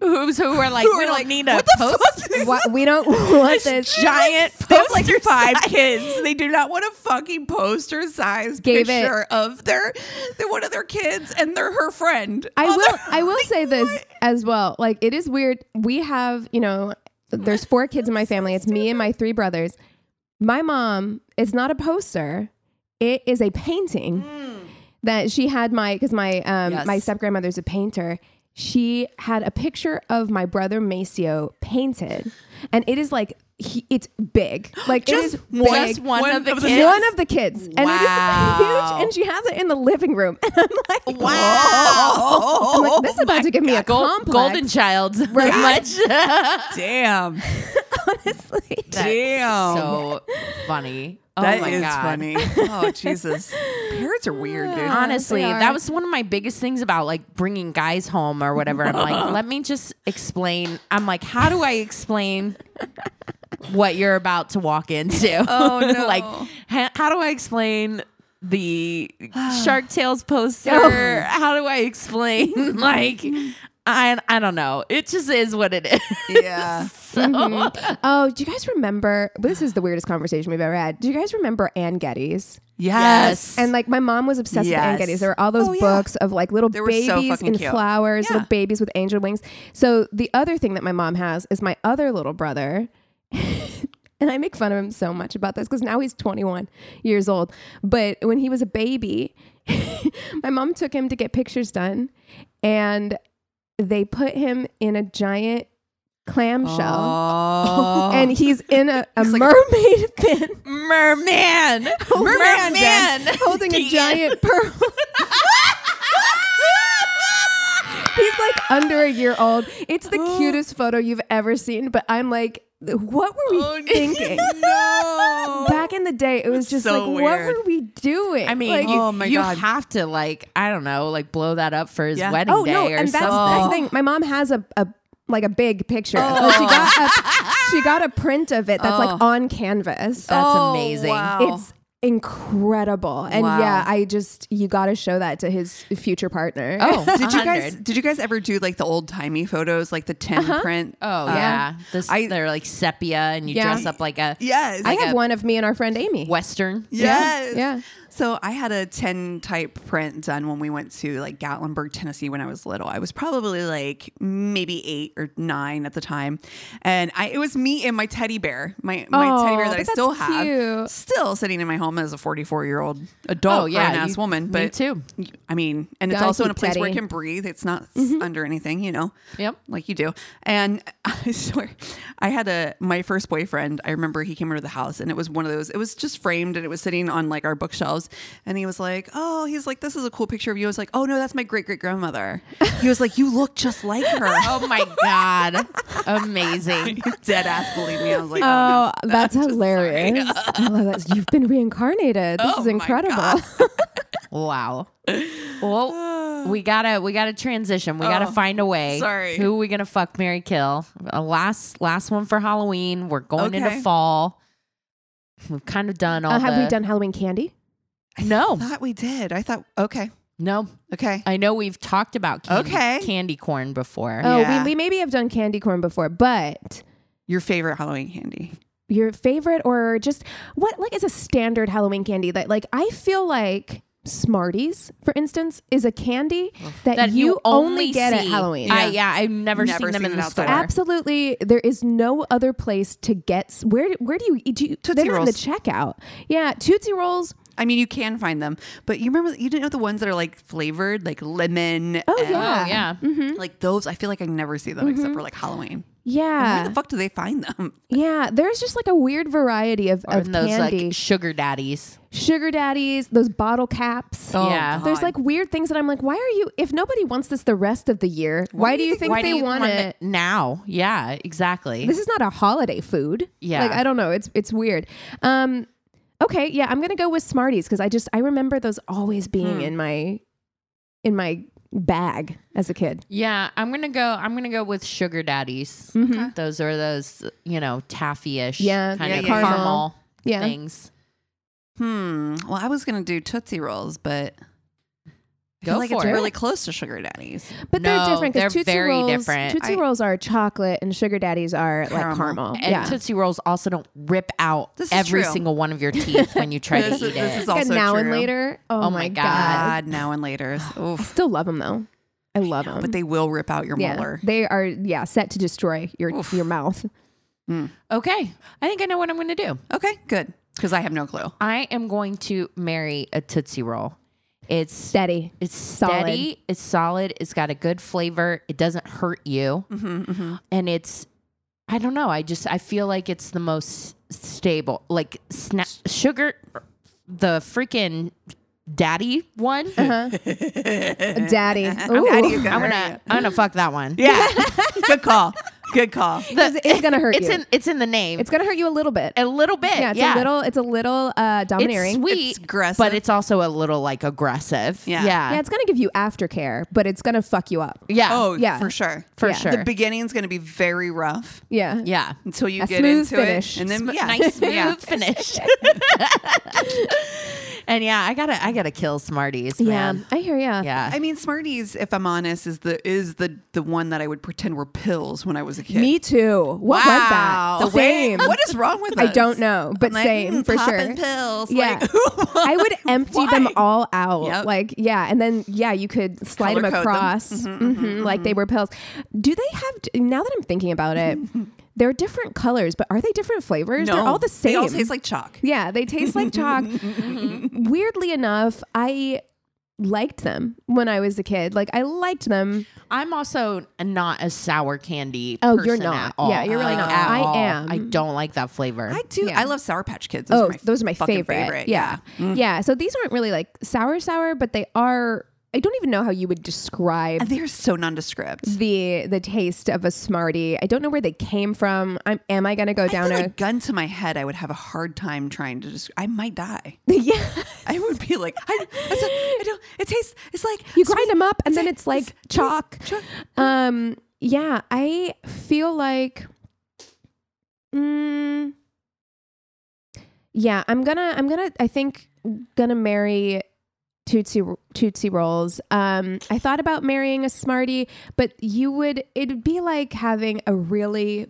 Speaker 4: Who's who are like,
Speaker 2: Who
Speaker 4: we
Speaker 2: are
Speaker 4: don't
Speaker 2: like,
Speaker 4: need a
Speaker 2: what the
Speaker 4: post
Speaker 2: fuck is this?
Speaker 3: Why- we don't want this.
Speaker 2: giant poster like five kids. They do not want a fucking poster size
Speaker 3: Gave it-
Speaker 2: picture of their the, one of their kids and they're her friend.
Speaker 3: I
Speaker 2: Oh,
Speaker 3: will
Speaker 2: they're-
Speaker 3: I will say this as well. Like it is weird. We have, you know, there's four kids in my family. It's me and my three brothers. My mom is not a poster. It is a painting that she had my cuz my um
Speaker 2: Yes.
Speaker 3: my step grandmother's a painter. She had a picture of my brother Maceo painted. And it is like he, it's big. Like
Speaker 2: Just
Speaker 3: it is
Speaker 2: one-
Speaker 3: big.
Speaker 4: just one,
Speaker 2: One
Speaker 4: of the
Speaker 2: of the
Speaker 4: kids.
Speaker 3: One of the kids. And it is
Speaker 2: Wow.
Speaker 3: huge. And she has it in the living room. And I'm like,
Speaker 2: Wow.
Speaker 3: I'm like, this is about to give me a
Speaker 4: Gold-
Speaker 3: complex.
Speaker 4: golden child pretty much
Speaker 2: Damn.
Speaker 3: Honestly.
Speaker 2: Damn.
Speaker 4: so funny oh
Speaker 2: That is
Speaker 4: my God.
Speaker 2: funny. Oh Jesus. Parents are weird, dude.
Speaker 4: honestly
Speaker 3: They are.
Speaker 4: that was one of my biggest things about like bringing guys home or whatever i'm like let me just explain i'm like how do i explain what you're about to walk into oh
Speaker 2: no.
Speaker 4: like ha- how do i explain
Speaker 3: Oh.
Speaker 4: the shark tales poster how do i explain like I I don't know. It just is what it is.
Speaker 2: Yeah.
Speaker 4: So
Speaker 3: Oh, do you guys remember? This is the weirdest conversation we've ever had. Do you guys remember Ann Geddes?
Speaker 2: Yes.
Speaker 3: And like my mom was obsessed with Ann
Speaker 2: Yes.
Speaker 3: Geddes. There were all those
Speaker 2: Oh, yeah.
Speaker 3: books of like little
Speaker 2: They were so
Speaker 3: babies
Speaker 2: fucking
Speaker 3: in
Speaker 2: cute.
Speaker 3: flowers,
Speaker 2: Yeah.
Speaker 3: little babies with angel wings. So the other thing that my mom has is my other little brother. and I make fun of him so much about this because now he's 21 years old. But when he was a baby, my mom took him to get pictures done and they put him in a giant clamshell.
Speaker 2: Oh.
Speaker 3: And he's in a, a
Speaker 2: like a-
Speaker 3: mermaid pin
Speaker 4: merman.
Speaker 3: Merman, holding a giant pearl. He's like under a year old. It's the cutest photo you've ever seen, but I'm like, what were
Speaker 2: Oh,
Speaker 3: we thinking?
Speaker 2: no.
Speaker 3: Back in the day, it was just
Speaker 2: so
Speaker 3: like, what
Speaker 2: weird.
Speaker 3: were we doing?
Speaker 4: I mean,
Speaker 3: Like,
Speaker 4: you,
Speaker 2: Oh my
Speaker 4: you
Speaker 2: God.
Speaker 4: have to like I don't know, like blow that up for his
Speaker 2: Yeah.
Speaker 4: wedding
Speaker 3: oh
Speaker 4: day
Speaker 3: no,
Speaker 4: or
Speaker 3: and that's,
Speaker 4: something. Oh.
Speaker 3: that's the thing. My mom has a, a like a big picture. Like, she got a, she got a print of it that's like on canvas.
Speaker 4: That's
Speaker 2: Oh,
Speaker 4: amazing.
Speaker 2: wow.
Speaker 3: It's incredible. And
Speaker 2: Wow.
Speaker 3: yeah, I just you got to show that to his future partner.
Speaker 4: Oh,
Speaker 2: Did you guys
Speaker 4: 100.
Speaker 2: did you guys ever do like the old timey photos, like the tin print?
Speaker 4: Oh
Speaker 2: Um,
Speaker 4: yeah, this,
Speaker 2: I-
Speaker 4: they're like sepia, and you
Speaker 3: Yeah.
Speaker 4: dress up like a
Speaker 2: Yes.
Speaker 3: I
Speaker 4: Like
Speaker 3: have
Speaker 4: a-
Speaker 3: one of me and our friend Amy.
Speaker 4: western.
Speaker 2: Yes.
Speaker 3: yeah.
Speaker 2: So I had a 10 type print done when we went to like Gatlinburg, Tennessee when I was little. I was probably like maybe eight or nine at the time. And I, it was me and my teddy bear, my, my
Speaker 3: Aw,
Speaker 2: teddy bear
Speaker 3: but
Speaker 2: that I
Speaker 3: that's
Speaker 2: still have,
Speaker 3: cute.
Speaker 2: still sitting in my home as a 44 year old adult,
Speaker 4: Oh, yeah,
Speaker 2: grown ass
Speaker 4: you-
Speaker 2: woman.
Speaker 4: me
Speaker 2: But
Speaker 4: too.
Speaker 2: I mean, and it's
Speaker 3: Gotta
Speaker 2: also in a
Speaker 3: keep
Speaker 2: place where it
Speaker 3: teddy.
Speaker 2: can
Speaker 3: Mm-hmm.
Speaker 2: breathe. It's not s- under anything, you know
Speaker 4: Yep.
Speaker 2: like you do. And I swear, I had a my first boyfriend. I remember he came over to the house, and it was one of those. It was just framed, and it was sitting on like our bookshelves. And he was like, "Oh, he's like, this is a cool picture of you." I was like, "Oh no, that's my great great grandmother." He was like, "You look just like her."
Speaker 4: Oh my god, amazing.
Speaker 2: Dead ass, believe me. I was like, "Oh,
Speaker 3: Oh, that's hilarious. I love that. You've been reincarnated. This
Speaker 2: Oh
Speaker 3: is
Speaker 2: my
Speaker 3: incredible.
Speaker 2: God.
Speaker 4: Wow. Well, we gotta we gotta transition. We gotta
Speaker 2: Oh,
Speaker 4: find a way.
Speaker 2: sorry.
Speaker 4: Who are we gonna fuck Mary Kill? A last last one for Halloween. We're going
Speaker 2: Okay.
Speaker 4: into fall. We've kind of done all
Speaker 3: Uh, have
Speaker 4: the-
Speaker 3: we done Halloween candy?
Speaker 4: No.
Speaker 2: no. I thought we did." I thought, "Okay,
Speaker 4: No.
Speaker 2: okay."
Speaker 4: I know we've talked about candy,
Speaker 2: Okay.
Speaker 4: candy corn before.
Speaker 3: Oh,
Speaker 2: Yeah.
Speaker 3: we, we maybe have done candy corn before, but
Speaker 2: Your favorite Halloween candy?
Speaker 3: your favorite or just what like is a standard Halloween candy that like I feel like Smarties, for instance, is a candy that,
Speaker 4: that
Speaker 3: you, only, get at
Speaker 4: see-
Speaker 3: Halloween.
Speaker 4: I, yeah, I've never,
Speaker 2: Never
Speaker 4: seen them
Speaker 2: seen
Speaker 4: in
Speaker 2: it
Speaker 4: the
Speaker 2: outside.
Speaker 4: store.
Speaker 3: Absolutely, there is no other place to get. s- Where do- where do you eat? Do you,
Speaker 2: Tootsie
Speaker 3: they're not in
Speaker 2: Rolls.
Speaker 3: the checkout. Yeah, Tootsie Rolls.
Speaker 2: I mean, you can find them, but you remember you didn't know the ones that are like flavored, like lemon.
Speaker 3: Oh,
Speaker 2: and-
Speaker 3: yeah.
Speaker 4: Oh yeah.
Speaker 2: Like those, I feel like I never see them except for like Halloween. Where
Speaker 3: Yeah,
Speaker 2: the fuck do they find them?
Speaker 3: yeah. There's just like a weird variety of,
Speaker 4: Or
Speaker 3: of
Speaker 4: in those
Speaker 3: candy,
Speaker 4: like sugar daddies.
Speaker 3: sugar daddies, those bottle caps.
Speaker 2: Oh,
Speaker 4: Yeah.
Speaker 2: God.
Speaker 3: There's like weird things that I'm like, why are you? If nobody wants this the rest of the year, why, do you think
Speaker 4: Why
Speaker 3: they
Speaker 4: do you
Speaker 3: want, it?
Speaker 4: now? Yeah, exactly.
Speaker 3: This is not a holiday food.
Speaker 4: Yeah.
Speaker 3: like I don't know. It's it's weird. Um, okay, yeah, I'm gonna go with Smarties because I just I remember those always being
Speaker 4: Hmm.
Speaker 3: in my in my bag as a kid.
Speaker 4: Yeah, I'm gonna go. I'm gonna go with sugar daddies. Those are those, you know, taffy-ish,
Speaker 3: Mm-hmm. Yeah,
Speaker 4: kind
Speaker 2: yeah,
Speaker 4: of
Speaker 2: yeah.
Speaker 4: caramel,
Speaker 3: Caramel. Yeah.
Speaker 4: things.
Speaker 2: hmm. Well, I was gonna do Tootsie Rolls, but I feel
Speaker 4: Go
Speaker 2: like
Speaker 4: for
Speaker 2: it's
Speaker 4: it.
Speaker 2: really close to sugar daddies.
Speaker 3: But
Speaker 4: No,
Speaker 3: they're different
Speaker 4: they're
Speaker 3: because Tootsie
Speaker 4: very
Speaker 3: Rolls,
Speaker 4: different.
Speaker 3: Tootsie
Speaker 2: I-
Speaker 3: Rolls are chocolate and sugar daddies are
Speaker 2: Caramel.
Speaker 3: like caramel.
Speaker 4: And
Speaker 3: yeah.
Speaker 4: Tootsie Rolls also don't rip out
Speaker 2: This is
Speaker 4: every
Speaker 2: true.
Speaker 4: single one of your teeth when you try to
Speaker 2: This is-
Speaker 4: eat
Speaker 2: this
Speaker 4: it.
Speaker 2: is
Speaker 3: Like a
Speaker 2: also
Speaker 3: now and
Speaker 2: true.
Speaker 3: later. Oh,
Speaker 4: my
Speaker 3: my
Speaker 4: God.
Speaker 3: god.
Speaker 2: God, now and later. Oof.
Speaker 3: Still love them though. I love them.
Speaker 2: But they will rip out your
Speaker 3: yeah.
Speaker 2: molar.
Speaker 3: They are yeah, set to destroy your your mouth.
Speaker 4: Okay, I think I know what I'm gonna do.
Speaker 2: Okay, good. Because I have no clue.
Speaker 4: I am going to marry a Tootsie Roll. It's
Speaker 3: Steady.
Speaker 4: It's steady. It's solid. It's got a good flavor. It doesn't hurt you.
Speaker 2: Mm-hmm,
Speaker 4: And it's, I don't know. I just, I feel like it's the most stable. Like sna- sugar, the freaking daddy one.
Speaker 3: Uh-huh. Daddy. Ooh.
Speaker 4: I'm gonna, I'm gonna fuck that one.
Speaker 2: Yeah. good call. Good call.
Speaker 3: It's, it's gonna hurt
Speaker 4: It's
Speaker 3: you.
Speaker 4: in, it's in the name.
Speaker 3: it's gonna hurt you a little bit.
Speaker 4: a little bit.
Speaker 3: yeah,
Speaker 4: Yeah.
Speaker 3: it's a little it's a little uh
Speaker 4: It's
Speaker 3: domineering.
Speaker 4: sweet,
Speaker 2: It's aggressive.
Speaker 4: but it's also a little like aggressive.
Speaker 2: Yeah.
Speaker 4: Yeah.
Speaker 3: yeah, it's gonna give you aftercare, but it's gonna fuck you up.
Speaker 4: Yeah,
Speaker 2: Oh,
Speaker 3: Yeah.
Speaker 2: for sure.
Speaker 4: for
Speaker 3: yeah.
Speaker 4: sure.
Speaker 2: The beginning's gonna be very rough
Speaker 3: Yeah.
Speaker 4: yeah.
Speaker 2: until you
Speaker 3: A
Speaker 2: get
Speaker 3: smooth
Speaker 2: into
Speaker 3: finish.
Speaker 2: it, and then yeah,
Speaker 4: nice smooth
Speaker 2: yeah.
Speaker 4: finish. And yeah, I gotta I gotta kill Smarties.
Speaker 3: Yeah,
Speaker 4: Man.
Speaker 3: I hear ya.
Speaker 4: Yeah.
Speaker 2: I mean, Smarties, if I'm honest, is the is the the one that I would pretend were pills when I was a kid.
Speaker 3: Me too. What was that?
Speaker 2: Wow.
Speaker 3: same.
Speaker 2: What is wrong with
Speaker 3: I
Speaker 2: us?
Speaker 3: don't know, but
Speaker 2: I'm like,
Speaker 3: same
Speaker 2: mm,
Speaker 3: for sure.
Speaker 2: popping Pills.
Speaker 3: Yeah.
Speaker 2: Like,
Speaker 3: I would empty them
Speaker 2: Why?
Speaker 3: all out.
Speaker 2: Yep.
Speaker 3: Like, yeah. And then, yeah, you could slide
Speaker 2: Color
Speaker 3: them
Speaker 2: code them. Mm-hmm,
Speaker 3: across mhm, like they were pills. Do they have, now that I'm thinking about it, they're different colors, but are they different flavors? They're all the same.
Speaker 2: They all taste like chalk.
Speaker 3: yeah, they taste like chalk. Weirdly enough, I liked them when I was a kid. Like, I liked them.
Speaker 4: I'm also not a sour candy.
Speaker 3: Oh,
Speaker 4: person
Speaker 3: you're not.
Speaker 4: At all.
Speaker 3: Yeah, you're really
Speaker 4: Like,
Speaker 3: not.
Speaker 4: at
Speaker 3: I
Speaker 4: all.
Speaker 3: am.
Speaker 4: I don't like that flavor.
Speaker 2: I do.
Speaker 3: Yeah.
Speaker 2: I love Sour Patch Kids. Those
Speaker 3: oh,
Speaker 2: are my
Speaker 3: those are my
Speaker 2: fucking Mm.
Speaker 3: favorite. Yeah. yeah. So these aren't really like sour, sour, but they are. I don't even know how you would describe
Speaker 2: And they're so nondescript.
Speaker 3: the the taste of a smartie. I don't know where they came from. I'm, am I gonna go
Speaker 2: I
Speaker 3: down
Speaker 2: feel
Speaker 3: a
Speaker 2: like gun to my head, I would have a hard time trying to just. I might die.
Speaker 3: yeah?
Speaker 2: I would be like, I, it's a- I don't. It tastes. It's like
Speaker 3: You grind them up and then it's like
Speaker 2: sweet
Speaker 3: chalk.
Speaker 2: chalk.
Speaker 3: Um, yeah, I feel like, mm, yeah, I'm gonna I'm gonna I think gonna marry Tootsie Tootsie Rolls. Um, I thought about marrying a Smartie, but you would it'd be like having a really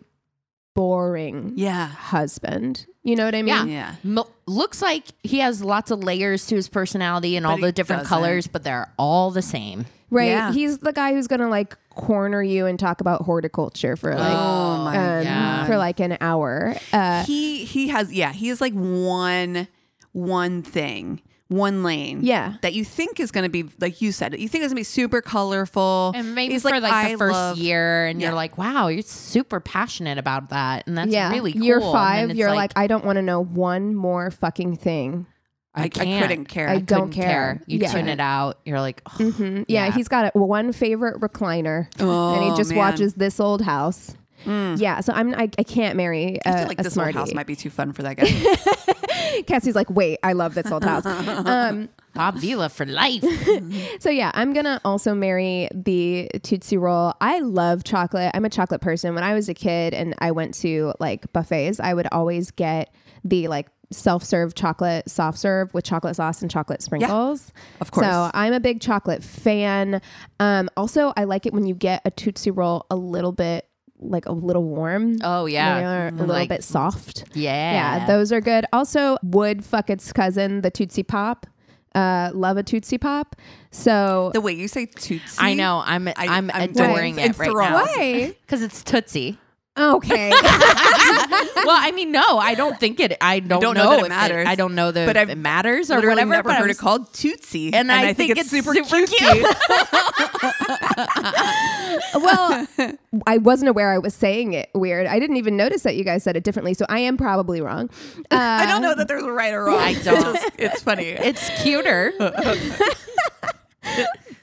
Speaker 3: boring
Speaker 2: Yeah.
Speaker 3: husband. You know what I mean?
Speaker 4: Yeah.
Speaker 2: Yeah.
Speaker 4: M- looks like he has lots of layers to his personality and all
Speaker 2: he
Speaker 4: the different
Speaker 2: doesn't.
Speaker 4: colors, but they're all the same.
Speaker 3: Right.
Speaker 2: Yeah.
Speaker 3: He's the guy who's gonna like corner you and talk about horticulture for like
Speaker 2: Oh my
Speaker 3: um,
Speaker 4: God.
Speaker 3: for like an hour. Uh,
Speaker 2: he he has yeah he is like one one thing one lane
Speaker 3: Yeah.
Speaker 2: that you think is going to be like you said you think it's going to be super colorful
Speaker 4: And maybe
Speaker 2: He's
Speaker 4: for like,
Speaker 2: "I
Speaker 4: the first
Speaker 2: love-"
Speaker 4: year, and
Speaker 2: Yeah.
Speaker 4: you're like, wow, you're super passionate about that, and that's
Speaker 3: yeah,
Speaker 4: really cool.
Speaker 3: year
Speaker 4: And then
Speaker 3: five,
Speaker 4: it's
Speaker 3: you're like, I don't want to know one more fucking thing.
Speaker 2: I, I,
Speaker 4: can't.
Speaker 2: couldn't care
Speaker 3: I
Speaker 4: couldn't
Speaker 3: don't care.
Speaker 4: You
Speaker 3: Yeah.
Speaker 4: tune it out. You're like, "Ugh."
Speaker 3: Mhm. Yeah, he's got a, one favorite recliner, and he
Speaker 2: Oh,
Speaker 3: just
Speaker 2: man. Mm.
Speaker 3: watches this old house. Yeah, so I'm I, I can't marry a,
Speaker 2: I feel like
Speaker 3: uh, a
Speaker 2: this
Speaker 3: smartie.
Speaker 2: old house might be too fun for that guy
Speaker 3: Cassie's like, wait, I love this old house. um,
Speaker 4: Bob Vila for life.
Speaker 3: So yeah, I'm gonna also marry the Tootsie Roll. I love chocolate. I'm a chocolate person. When I was a kid and I went to like buffets, I would always get the like self-serve chocolate soft serve with chocolate sauce and chocolate sprinkles.
Speaker 2: of course.
Speaker 3: So I'm a big chocolate fan. Um, also, I like it when you get a Tootsie Roll a little bit like a little warm.
Speaker 4: Oh, yeah.
Speaker 3: They are a little
Speaker 4: Like-
Speaker 3: bit soft.
Speaker 4: Yeah.
Speaker 3: Yeah, those are good. Also, would fuck its cousin, the Tootsie Pop. Uh, love a Tootsie Pop. So
Speaker 2: the way you say tootsie
Speaker 4: I know. I'm I, am i
Speaker 2: I'm
Speaker 4: am adoring
Speaker 2: enthralled.
Speaker 4: it
Speaker 2: Enthralled.
Speaker 4: right now.
Speaker 3: why?
Speaker 4: Because it's Tootsie.
Speaker 3: Okay.
Speaker 4: well, I mean, no, I don't think it. I don't,
Speaker 2: don't know
Speaker 4: know,
Speaker 2: that it
Speaker 4: if
Speaker 2: matters.
Speaker 4: I don't know that
Speaker 2: But
Speaker 4: but
Speaker 2: I've
Speaker 4: it matters or
Speaker 2: literally
Speaker 4: whatever.
Speaker 2: never
Speaker 4: but I
Speaker 2: heard
Speaker 4: was-
Speaker 2: it called tootsie
Speaker 4: and, I, think, it's, super, cute.
Speaker 3: well, I wasn't aware I was saying it weird. I didn't even notice that you guys said it differently, so I am probably wrong. Uh,
Speaker 2: i don't know that there's a right or wrong
Speaker 4: I don't.
Speaker 2: it's, it's funny
Speaker 4: it's cuter.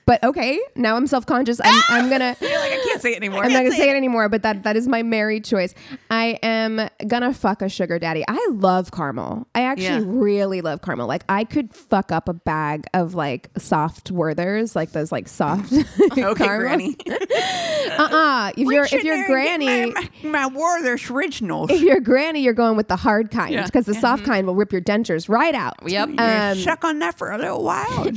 Speaker 3: but okay, now I'm self-conscious. I'm, I'm gonna.
Speaker 2: like i can't say it anymore
Speaker 3: I'm not gonna say it anymore, but that that is my married choice. I am gonna fuck a sugar daddy. I love caramel. I actually
Speaker 2: Yeah.
Speaker 3: really love caramel. Like I could fuck up a bag of like soft Werthers, like those like soft
Speaker 2: okay granny
Speaker 3: caramels. Uh-uh. If you're if
Speaker 2: Reaching
Speaker 3: you're
Speaker 2: there and
Speaker 3: granny,
Speaker 2: getting my, my, my Werther's originals
Speaker 3: if you're granny, you're going with the hard kind because the soft
Speaker 2: Mm-hmm.
Speaker 3: kind will rip your dentures right out.
Speaker 4: Yep.
Speaker 2: Yeah,
Speaker 3: Um,
Speaker 2: suck on that for a little while.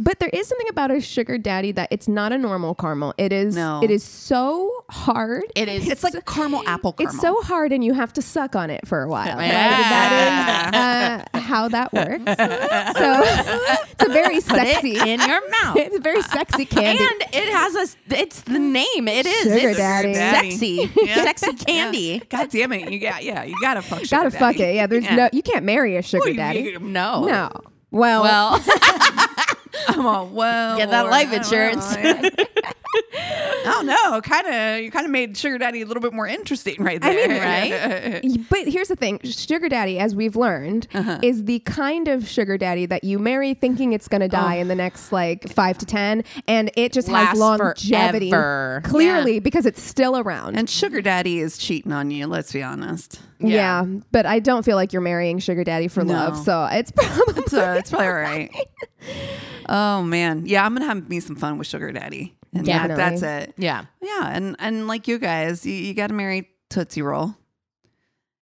Speaker 3: But there is something about a sugar daddy that it's not a normal caramel. It is
Speaker 2: No.
Speaker 3: it is so hard.
Speaker 4: It is.
Speaker 2: it's like caramel apple caramel.
Speaker 3: It's so hard, and you have to suck on it for a while. Like,
Speaker 4: Yeah.
Speaker 3: that is uh, how that works. So it's a very sexy.
Speaker 4: in your mouth.
Speaker 3: It's a very sexy candy.
Speaker 4: And it has a. s- It's the name. It is.
Speaker 3: Sugar
Speaker 4: it's
Speaker 3: daddy.
Speaker 4: Sexy.
Speaker 2: Yeah.
Speaker 4: Sexy candy.
Speaker 2: God damn it! You got yeah. You gotta fuck. Sugar
Speaker 3: Gotta fuck
Speaker 2: daddy.
Speaker 3: it. Yeah, there's no. You can't marry a sugar
Speaker 2: Well, you-
Speaker 3: daddy.
Speaker 2: you-
Speaker 4: No.
Speaker 3: No. Well,
Speaker 4: Well,
Speaker 2: Come on. Well,
Speaker 4: Get that
Speaker 2: Lord,
Speaker 4: life
Speaker 2: I don't
Speaker 4: insurance.
Speaker 2: know. I don't know. Kind of. Oh, You kind of made sugar daddy a little bit more interesting, right
Speaker 3: I
Speaker 2: there.
Speaker 3: mean, right? But here's the thing: sugar daddy, as we've learned,
Speaker 4: Uh-huh.
Speaker 3: is the kind of sugar daddy that you marry thinking it's going to die in the next like five to ten, and it just
Speaker 4: Oh. Lasts
Speaker 3: has longevity.
Speaker 4: forever.
Speaker 3: Clearly, because it's still around.
Speaker 2: And sugar daddy is cheating on you. Let's be honest.
Speaker 3: yeah. but I don't feel like you're marrying sugar daddy for
Speaker 2: No.
Speaker 3: love, so it's probably
Speaker 2: So it's probably all right. Oh man, yeah. I'm gonna have me some fun with sugar daddy. And that-
Speaker 3: Definitely.
Speaker 2: that's it.
Speaker 4: yeah.
Speaker 2: Yeah, and and like you guys, you, you got to marry Tootsie Roll.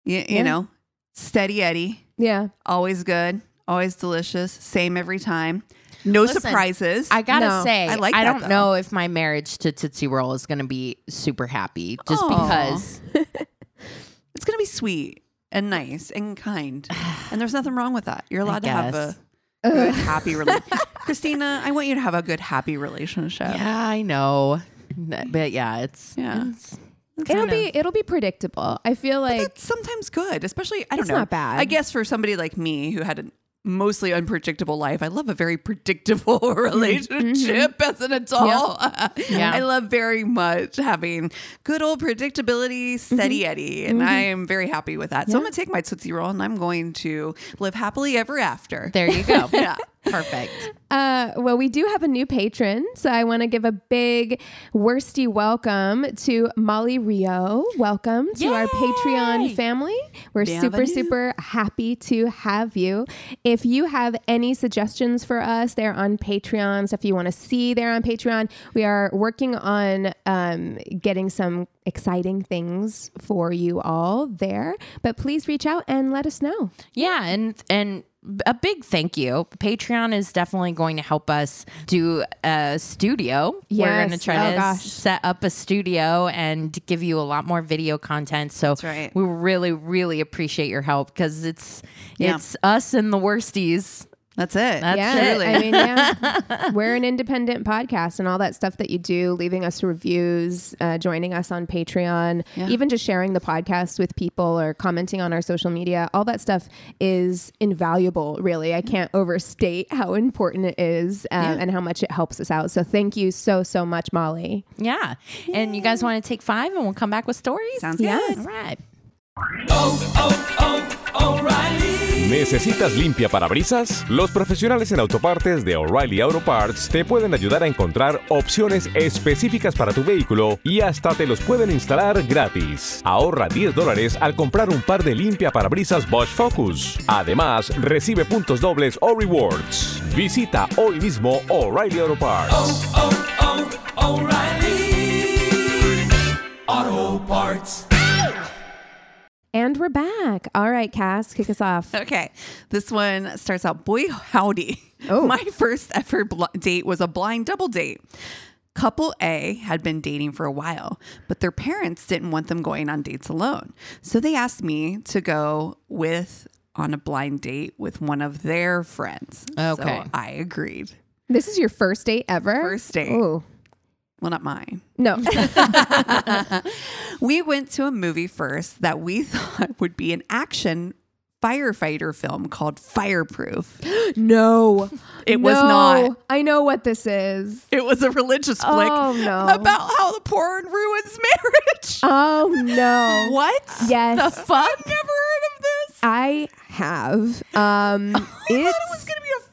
Speaker 2: You, you
Speaker 3: Yeah.
Speaker 2: know, steady Eddie,
Speaker 3: yeah.
Speaker 2: always good, always delicious, same every time. No
Speaker 4: Listen,
Speaker 2: surprises.
Speaker 4: I gotta
Speaker 3: No.
Speaker 4: say,
Speaker 2: I
Speaker 4: I,
Speaker 2: like that,
Speaker 4: don't
Speaker 2: though.
Speaker 4: know if my marriage to Tootsie Roll is gonna be super happy just
Speaker 2: Aw.
Speaker 4: because
Speaker 2: it's gonna be sweet and nice and kind, and there's nothing wrong with that. You're allowed to have
Speaker 4: guess.
Speaker 2: a good happy relationship. Christina, I want you to have a good happy relationship.
Speaker 4: Yeah, I know. N- But yeah, it's
Speaker 2: Yeah.
Speaker 4: it's-
Speaker 3: It'll be it'll be predictable. I feel like
Speaker 2: That's sometimes good, especially I don't
Speaker 3: It's
Speaker 2: know.
Speaker 3: not bad.
Speaker 2: I guess for somebody like me who had a mostly unpredictable life, I love a very predictable
Speaker 3: Mm-hmm.
Speaker 2: relationship as an adult.
Speaker 4: Yeah.
Speaker 2: I love very much having good old predictability, steady
Speaker 3: Mm-hmm.
Speaker 2: Eddie, and I am very happy with that. So I'm going to take my tootsie roll and I'm going to live happily ever after.
Speaker 4: there you go.
Speaker 2: Yeah.
Speaker 4: Perfect.
Speaker 3: uh, well, we do have a new patron, so I want to give a big worsty welcome to Molly Rio. Welcome to our Patreon family. We're super
Speaker 2: Bienvenue.
Speaker 3: super happy to have you. If you have any suggestions for us, they're on Patreon. So if you want to see, they're on Patreon. We are working on um, getting some exciting things for you all there. But please reach out and let us know.
Speaker 4: Yeah, and and a big thank you. Patreon is definitely going to help us do a studio. We're
Speaker 3: Yes.
Speaker 4: going to try
Speaker 3: Oh,
Speaker 4: to
Speaker 3: gosh.
Speaker 4: set up a studio and give you a lot more video content. So
Speaker 2: right.
Speaker 4: we really really appreciate your help because it's
Speaker 2: Yeah.
Speaker 4: it's us and the worsties.
Speaker 2: That's it. That's
Speaker 3: yeah, I mean, yeah, we're an independent podcast, and all that stuff that you do, leaving us reviews, uh, joining us on Patreon, even just sharing the podcast with people or commenting on our social media, all that stuff is invaluable. Really, I can't overstate how important it is um, and how much it helps us out. So, thank you so so much, Molly.
Speaker 4: Yeah. And you guys want to take 5 and we'll come back with stories?
Speaker 2: Sounds
Speaker 4: All right.
Speaker 5: ¿Necesitas limpia parabrisas? Los profesionales en autopartes de O'Reilly Auto Parts te pueden ayudar a encontrar opciones específicas para tu vehículo y hasta te los pueden instalar gratis. Ahorra 10 dólares al comprar un par de limpia parabrisas Bosch Focus. Además, recibe puntos dobles o rewards. Visita hoy mismo O'Reilly Auto Parts.
Speaker 3: And we're back. All right, Cass, kick us off.
Speaker 2: Okay. This one starts out Boy, howdy.
Speaker 3: Oh.
Speaker 2: My first ever bl- date was a blind double date. Couple A had been dating for a while, but their parents didn't want them going on dates alone. So they asked me to go with on a blind date with one of their friends.
Speaker 4: Okay.
Speaker 2: So I agreed.
Speaker 3: This is your first date ever.
Speaker 2: First date.
Speaker 3: Ooh,
Speaker 2: Well, not mine.
Speaker 3: no.
Speaker 2: We went to a movie first that we thought would be an action firefighter film called Fireproof.
Speaker 3: No,
Speaker 2: It was not.
Speaker 3: I know what this is.
Speaker 2: It was a religious flick
Speaker 3: Oh, no.
Speaker 2: about how the porn ruins marriage.
Speaker 3: Oh no.
Speaker 2: what?
Speaker 3: Yes.
Speaker 2: The fuck? I've never heard of this.
Speaker 3: I have. Um,
Speaker 2: I thought it
Speaker 3: it's
Speaker 2: was going to be a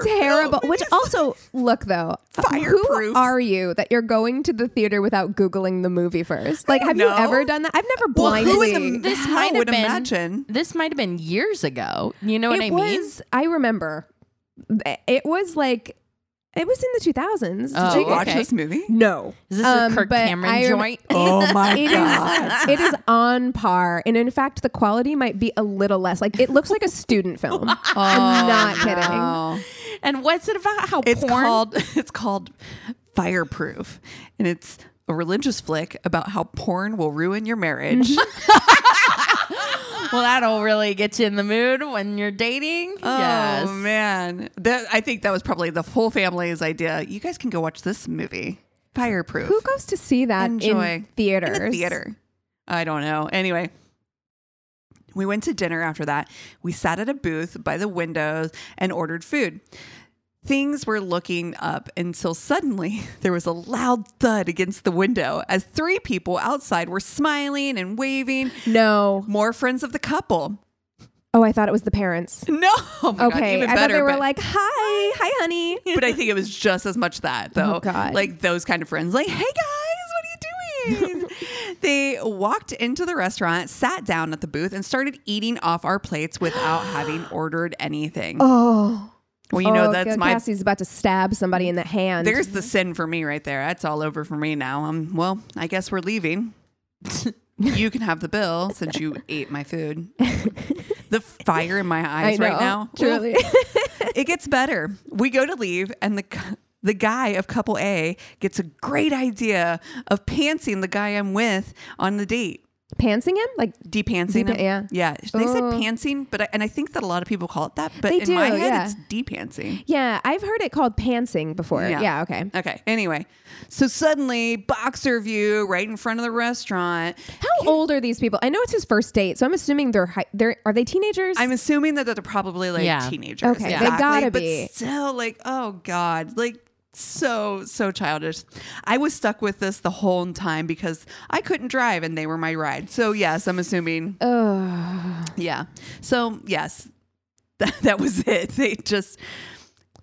Speaker 2: firefighter.
Speaker 3: terrible.
Speaker 2: film.
Speaker 3: Which also, look though,
Speaker 2: Fireproof.
Speaker 3: Who are you that you're going to the theater without googling the movie first? Like, have you
Speaker 2: know.
Speaker 3: ever done that? I've never
Speaker 2: Well, who in
Speaker 3: blindly.
Speaker 2: the-
Speaker 4: This
Speaker 2: How
Speaker 4: might have
Speaker 2: would
Speaker 4: been
Speaker 2: imagine.
Speaker 4: This might have been years ago. You know what
Speaker 3: it
Speaker 4: I mean?
Speaker 3: was. I remember. It was like, it was in the 2000s.
Speaker 4: Oh,
Speaker 2: Did you watch
Speaker 4: okay.
Speaker 2: this movie?
Speaker 3: No.
Speaker 4: Is this
Speaker 3: Um,
Speaker 4: a Kirk
Speaker 3: but
Speaker 4: Cameron
Speaker 3: I rem-
Speaker 4: joint?
Speaker 2: Oh my
Speaker 3: It is, it is on par. And in fact, the quality might be a little less. Like, it looks like a student film. I'm
Speaker 2: Oh,
Speaker 3: not kidding.
Speaker 4: and what's it about? How
Speaker 2: It's
Speaker 4: porn?
Speaker 2: called it's called Fireproof, and it's a religious flick about how porn will ruin your marriage.
Speaker 4: Well, that'll really get you in the mood when you're dating.
Speaker 2: Oh man, that, I think that was probably the whole family's idea. You guys can go watch this movie, Fireproof.
Speaker 3: Who goes to see that in theaters?
Speaker 2: In a theater. I don't know. Anyway, we went to dinner after that. We sat at a booth by the windows and ordered food. Things were looking up until suddenly there was a loud thud against the window as three people outside were smiling and waving.
Speaker 3: No.
Speaker 2: More friends of the couple.
Speaker 3: Oh, I thought it was the parents.
Speaker 2: No. Oh my God,
Speaker 3: okay,
Speaker 2: even
Speaker 3: I thought
Speaker 2: better,
Speaker 3: they were
Speaker 2: but-
Speaker 3: like, "Hi, hi, honey."
Speaker 2: but I think it was just as much that though.
Speaker 3: Oh, God.
Speaker 2: Like those kind of friends, like, hey guys, what are you doing? they walked into the restaurant, sat down at the booth, and started eating off our plates without having ordered anything.
Speaker 3: Oh,
Speaker 2: well, you know,
Speaker 3: Oh,
Speaker 2: that's
Speaker 3: God,
Speaker 2: my
Speaker 3: Cassie's about to stab somebody in the hand.
Speaker 2: there's the sin for me right there. That's all over for me now. Um, well, I guess we're leaving. you can have the bill since you ate my food. the fire in my eyes
Speaker 3: I
Speaker 2: right
Speaker 3: know,
Speaker 2: now.
Speaker 3: truly.
Speaker 2: it gets better. We go to leave, and the c- the guy of couple A gets a great idea of pantsing the guy I'm with on the date.
Speaker 3: Pantsing him? Like
Speaker 2: Depantsing, him.
Speaker 3: Depa- yeah.
Speaker 2: yeah. They said
Speaker 3: Oh.
Speaker 2: pantsing, but I, and I think that a lot of people call it that. But
Speaker 3: They
Speaker 2: in my
Speaker 3: do,
Speaker 2: head,
Speaker 3: yeah.
Speaker 2: it's depantsing.
Speaker 3: yeah, I've heard it called pantsing before. Yeah, okay.
Speaker 2: Okay. Anyway, so suddenly boxer view right in front of the restaurant.
Speaker 3: How old are these people? I know it's his first date, so I'm assuming they're high, they're are they teenagers?
Speaker 2: I'm assuming that they're probably like
Speaker 4: Yeah.
Speaker 2: teenagers.
Speaker 3: Okay, they gotta
Speaker 2: but
Speaker 3: be.
Speaker 2: still like, oh god, like so so childish. I was stuck with this the whole time because I couldn't drive and they were my ride. So yes, I'm assuming. Yeah. So yes, that, that was it. They just.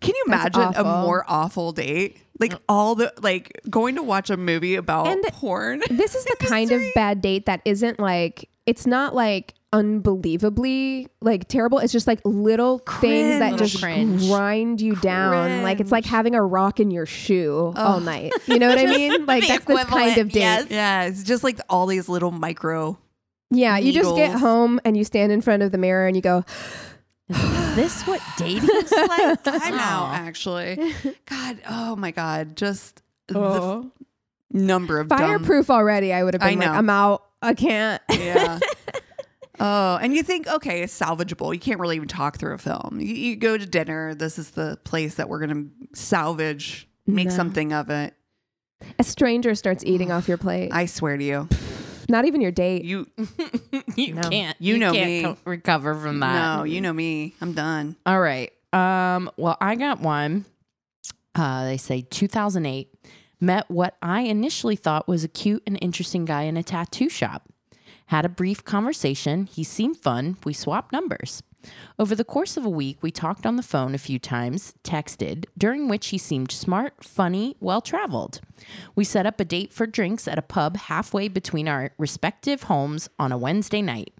Speaker 2: Can you
Speaker 3: That's
Speaker 2: imagine a
Speaker 3: awful.
Speaker 2: more awful date? Like all the like going to watch a movie about
Speaker 3: And
Speaker 2: porn.
Speaker 3: this is the kind of bad date that isn't like it's not like unbelievably like terrible it's just like little things that
Speaker 2: Cringe.
Speaker 3: just
Speaker 4: Cringe.
Speaker 3: grind you down like it's like having a rock in your shoe all night you know what i mean like
Speaker 4: the
Speaker 3: that's this kind
Speaker 4: equivalent,
Speaker 3: of date
Speaker 4: yes.
Speaker 2: yeah, it's just like all these little micro
Speaker 3: yeah you just get
Speaker 2: Needles.
Speaker 3: home and you stand in front of the mirror and you go
Speaker 4: this what dating's like?
Speaker 2: I'm out
Speaker 4: Aw.
Speaker 2: actually. God, oh my God, just the
Speaker 3: oh.
Speaker 2: f- number of dumb-
Speaker 3: fireproof already i would have
Speaker 2: I
Speaker 3: been like
Speaker 2: know.
Speaker 3: i'm out i can't
Speaker 2: Yeah. oh, and you think okay, it's salvageable. You can't really even talk through a film. You, you go to dinner. This is the place that we're gonna salvage, make
Speaker 3: No.
Speaker 2: something of it.
Speaker 3: a stranger starts eating off your plate
Speaker 2: I swear to you,
Speaker 3: not even your date
Speaker 2: you
Speaker 4: you can't.
Speaker 2: You know
Speaker 4: can't
Speaker 2: me.
Speaker 4: co- recover from that.
Speaker 2: no, you know me. I'm done.
Speaker 4: All right. Um. Well, I got one. Uh, they say 2008 met what I initially thought was a cute and interesting guy in a tattoo shop. Had a brief conversation. He seemed fun. We swapped numbers. Over the course of a week, we talked on the phone a few times, texted, during which he seemed smart, funny, well traveled. We set up a date for drinks at a pub halfway between our respective homes on a Wednesday night.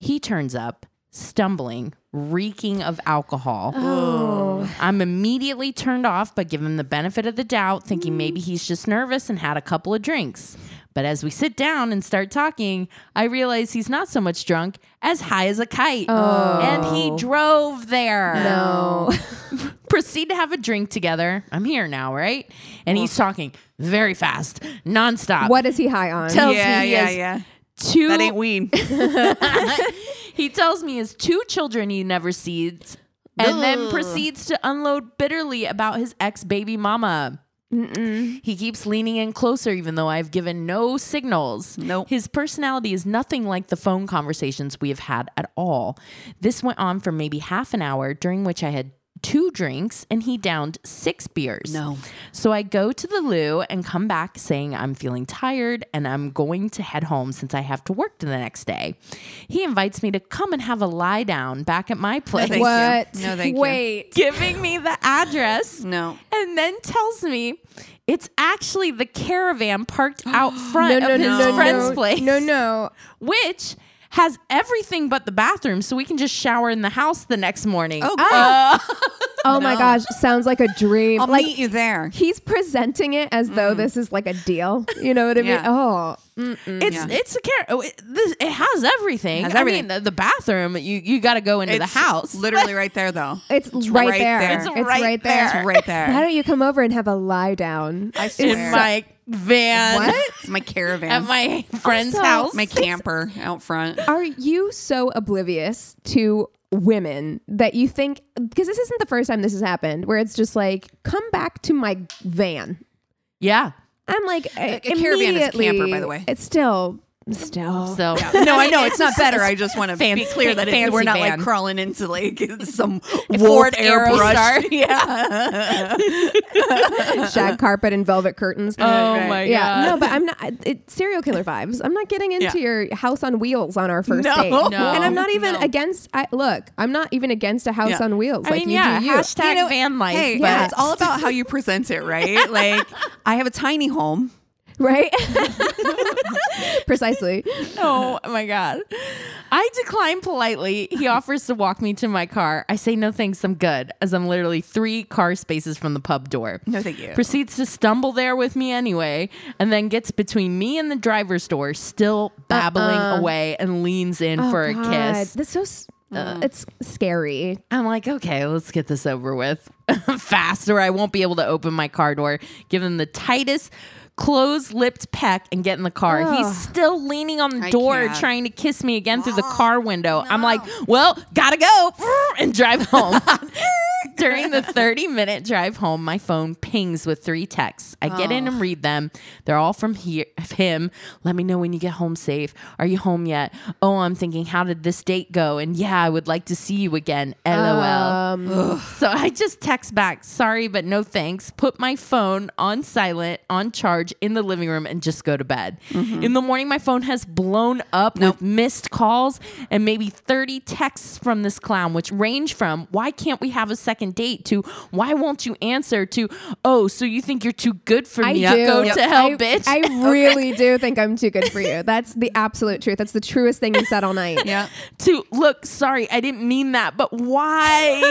Speaker 4: He turns up, stumbling, reeking of alcohol.
Speaker 3: Oh.
Speaker 4: I'm immediately turned off, but give him the benefit of the doubt,
Speaker 3: Mm.
Speaker 4: thinking maybe he's just nervous and had a couple of drinks. But as we sit down and start talking, I realize he's not so much drunk as high as a kite. And he drove there.
Speaker 3: Oh. no
Speaker 4: Proceed to have a drink together. I'm here now, right? And he's talking very fast, nonstop.
Speaker 3: what is he high on
Speaker 4: Tells
Speaker 2: yeah,
Speaker 4: me he
Speaker 2: yeah,
Speaker 4: has
Speaker 2: yeah.
Speaker 4: two
Speaker 2: That ain't weed.
Speaker 4: he tells me his two children he never sees and then proceeds to unload bitterly about his ex baby mama. He keeps leaning in closer, even though I've given no signals.
Speaker 2: Nope.
Speaker 4: His personality is nothing like the phone conversations we have had at all. This went on for maybe half an hour, during which I had two drinks and he downed six beers.
Speaker 2: No.
Speaker 4: So I go to the loo and come back saying I'm feeling tired and I'm going to head home since I have to work the next day. He invites me to come and have a lie down back at my place,
Speaker 2: thank you.
Speaker 3: what
Speaker 2: No, thank you.
Speaker 3: wait
Speaker 4: giving me the address.
Speaker 2: No.
Speaker 4: And then tells me it's actually the caravan parked out front of his friend's
Speaker 3: no,
Speaker 4: place,
Speaker 3: No, no.
Speaker 4: which has everything but the bathroom, so we can just shower in the house the next morning.
Speaker 2: Oh,
Speaker 3: Oh my gosh, sounds like a dream.
Speaker 2: I'll
Speaker 3: like
Speaker 2: meet you there.
Speaker 3: he's presenting it as though this is like a deal. You know what I mean?
Speaker 2: Yeah.
Speaker 3: Oh,
Speaker 4: It's it's a car. oh, It, this, it has everything.
Speaker 2: Has
Speaker 4: I mean,
Speaker 2: everything.
Speaker 4: the, the bathroom. You you got to go into
Speaker 2: It's
Speaker 4: the house.
Speaker 2: literally right there, though.
Speaker 3: it's, right,
Speaker 2: right
Speaker 3: there.
Speaker 2: there.
Speaker 3: It's,
Speaker 2: It's
Speaker 3: right,
Speaker 2: It's
Speaker 3: there.
Speaker 2: right
Speaker 3: Why
Speaker 2: there.
Speaker 3: don't you come over and have a lie down? I
Speaker 2: swear.
Speaker 4: in my van
Speaker 2: It's my caravan.
Speaker 4: at my friend's
Speaker 3: Also-
Speaker 4: house.
Speaker 2: my camper out front.
Speaker 3: Are you so oblivious to women that you think because this isn't the first time this has happened where it's just like come back to my van.
Speaker 4: yeah.
Speaker 3: I'm like a,
Speaker 2: a caravan Uh, is a camper, by the way.
Speaker 3: It's still still
Speaker 4: So
Speaker 2: No, I know it's not better. I just want to be
Speaker 4: fancy-
Speaker 2: clear that it's,
Speaker 4: fancy
Speaker 2: we're not like
Speaker 4: van.
Speaker 2: crawling into like some
Speaker 4: Ford
Speaker 2: Ford airbrush.
Speaker 4: Aerostar.
Speaker 2: Yeah,
Speaker 3: shag carpet and velvet curtains.
Speaker 4: Oh my
Speaker 3: yeah,
Speaker 4: God.
Speaker 3: no, but I'm not. It's serial killer vibes. I'm not getting into
Speaker 2: Yeah.
Speaker 3: your house on wheels on our first
Speaker 2: No.
Speaker 3: date.
Speaker 2: No.
Speaker 3: and I'm not even
Speaker 4: No.
Speaker 3: against. I, look, I'm not even against a house
Speaker 2: Yeah.
Speaker 3: on wheels.
Speaker 4: I
Speaker 3: like
Speaker 4: mean,
Speaker 3: you
Speaker 4: yeah.
Speaker 3: do you.
Speaker 4: Hashtag
Speaker 2: You know,
Speaker 4: van life.
Speaker 2: Hey,
Speaker 4: but
Speaker 2: yeah, it's all about how you present it, right? Like, I have a tiny home.
Speaker 3: right? Precisely.
Speaker 4: Oh my god. I decline politely. He offers to walk me to my car. I say no thanks, I'm good, as I'm literally three car spaces from the pub door.
Speaker 2: No, thank you.
Speaker 4: Proceeds to stumble there with me anyway, and then gets between me and the driver's door, still babbling
Speaker 2: Uh-uh.
Speaker 4: away, and leans in
Speaker 2: Oh,
Speaker 4: for a
Speaker 3: God,
Speaker 4: kiss. Mm.
Speaker 3: That's so. s- Uh, it's scary.
Speaker 4: I'm like, okay, let's get this over with fast, or I won't be able to open my car door. Give him the tightest closed lipped peck and get in the car.
Speaker 3: Ugh.
Speaker 4: He's still leaning on the
Speaker 2: I
Speaker 4: door
Speaker 2: can't.
Speaker 4: trying to kiss me again through the car window. I'm like, well, gotta go and drive home. During the 30 minute drive home, my phone pings with three texts. I get in and read them. They're all from here, him. Let me know when you get home safe. Are you home yet? Oh, I'm thinking, how did this date go? And yeah, I would like to see you again. LOL. so I just text back, sorry, but no thanks. Put my phone on silent, on charge in the living room, and just go to bed.
Speaker 3: Mm-hmm.
Speaker 4: In the morning, my phone has blown up with missed calls and maybe 30 texts from this clown, which range from why can't we have a second date to why won't you answer to oh, so you think you're too good for
Speaker 3: I
Speaker 4: me.
Speaker 3: do.
Speaker 4: Go to hell,
Speaker 3: I,
Speaker 4: bitch.
Speaker 3: I really do think I'm too good for you. That's the absolute truth. That's the truest thing you said all night.
Speaker 2: Yeah.
Speaker 4: to look, sorry, I didn't mean that, but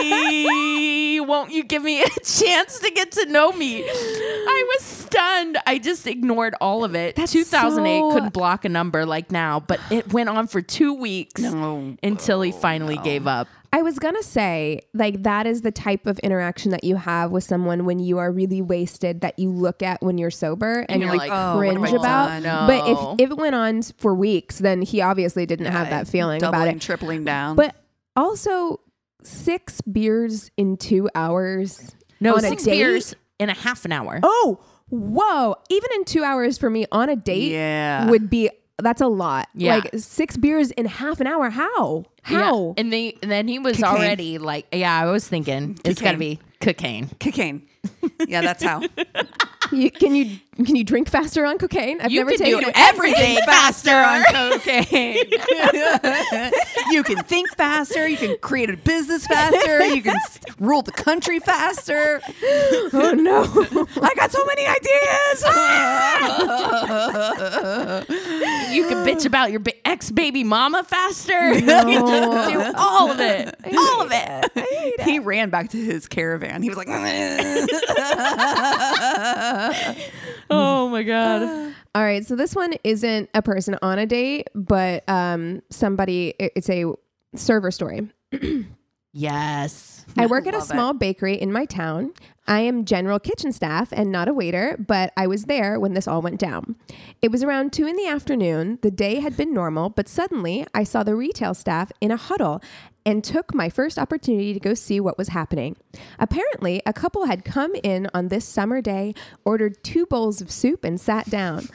Speaker 4: why won't you give me a chance to get to know me? I was stunned. I just ignored all of it. 2008
Speaker 3: so-
Speaker 4: couldn't block a number like now, but it went on for two weeks until he finally gave up.
Speaker 3: I was gonna say, like, that is the type of interaction that you have with someone when you are really wasted that you look at when you're sober and,
Speaker 4: you're
Speaker 3: like,
Speaker 4: like,
Speaker 2: "Oh, what have
Speaker 3: cringe
Speaker 2: I
Speaker 3: about.
Speaker 4: done?"
Speaker 3: But
Speaker 4: No.
Speaker 3: if, if it went on for weeks, then he obviously didn't have that feeling
Speaker 2: Doubling,
Speaker 3: about it.
Speaker 2: tripling down.
Speaker 3: But also, six beers in two hours.
Speaker 4: No,
Speaker 3: on a
Speaker 4: six
Speaker 3: date?
Speaker 4: beers in a half an hour.
Speaker 3: Oh, whoa. Even in two hours for me on a date
Speaker 2: Yeah.
Speaker 3: would be that's a lot.
Speaker 4: Yeah.
Speaker 3: Like six beers in half an hour. How? How?
Speaker 4: Yeah. And, they, and then he was
Speaker 2: Cocaine.
Speaker 4: already like, yeah, I was thinking it's got to
Speaker 2: Cocaine.
Speaker 4: be cocaine.
Speaker 2: cocaine. Yeah, that's how.
Speaker 3: You- can you can you drink faster on cocaine? I've
Speaker 4: You
Speaker 3: never
Speaker 4: could
Speaker 3: taken
Speaker 4: do
Speaker 3: it.
Speaker 4: everything faster on cocaine.
Speaker 2: you can think faster. You can create a business faster. You can s- rule the country faster.
Speaker 3: Oh no.
Speaker 2: I got so many ideas.
Speaker 4: You can bitch about your ba- ex baby mama faster. you can do all of it. All of it.
Speaker 2: he ran back to his caravan. He was like,
Speaker 4: Oh my God.
Speaker 3: All right, so this one isn't a person on a date, but um somebody it- it's a server story.
Speaker 4: Yes.
Speaker 3: I work at a
Speaker 2: Love it.
Speaker 3: small bakery in my town. I am general kitchen staff and not a waiter, but I was there when this all went down. It was around two in the afternoon. The day had been normal, but suddenly I saw the retail staff in a huddle and took my first opportunity to go see what was happening. Apparently, a couple had come in on this summer day, ordered two bowls of soup, and sat down.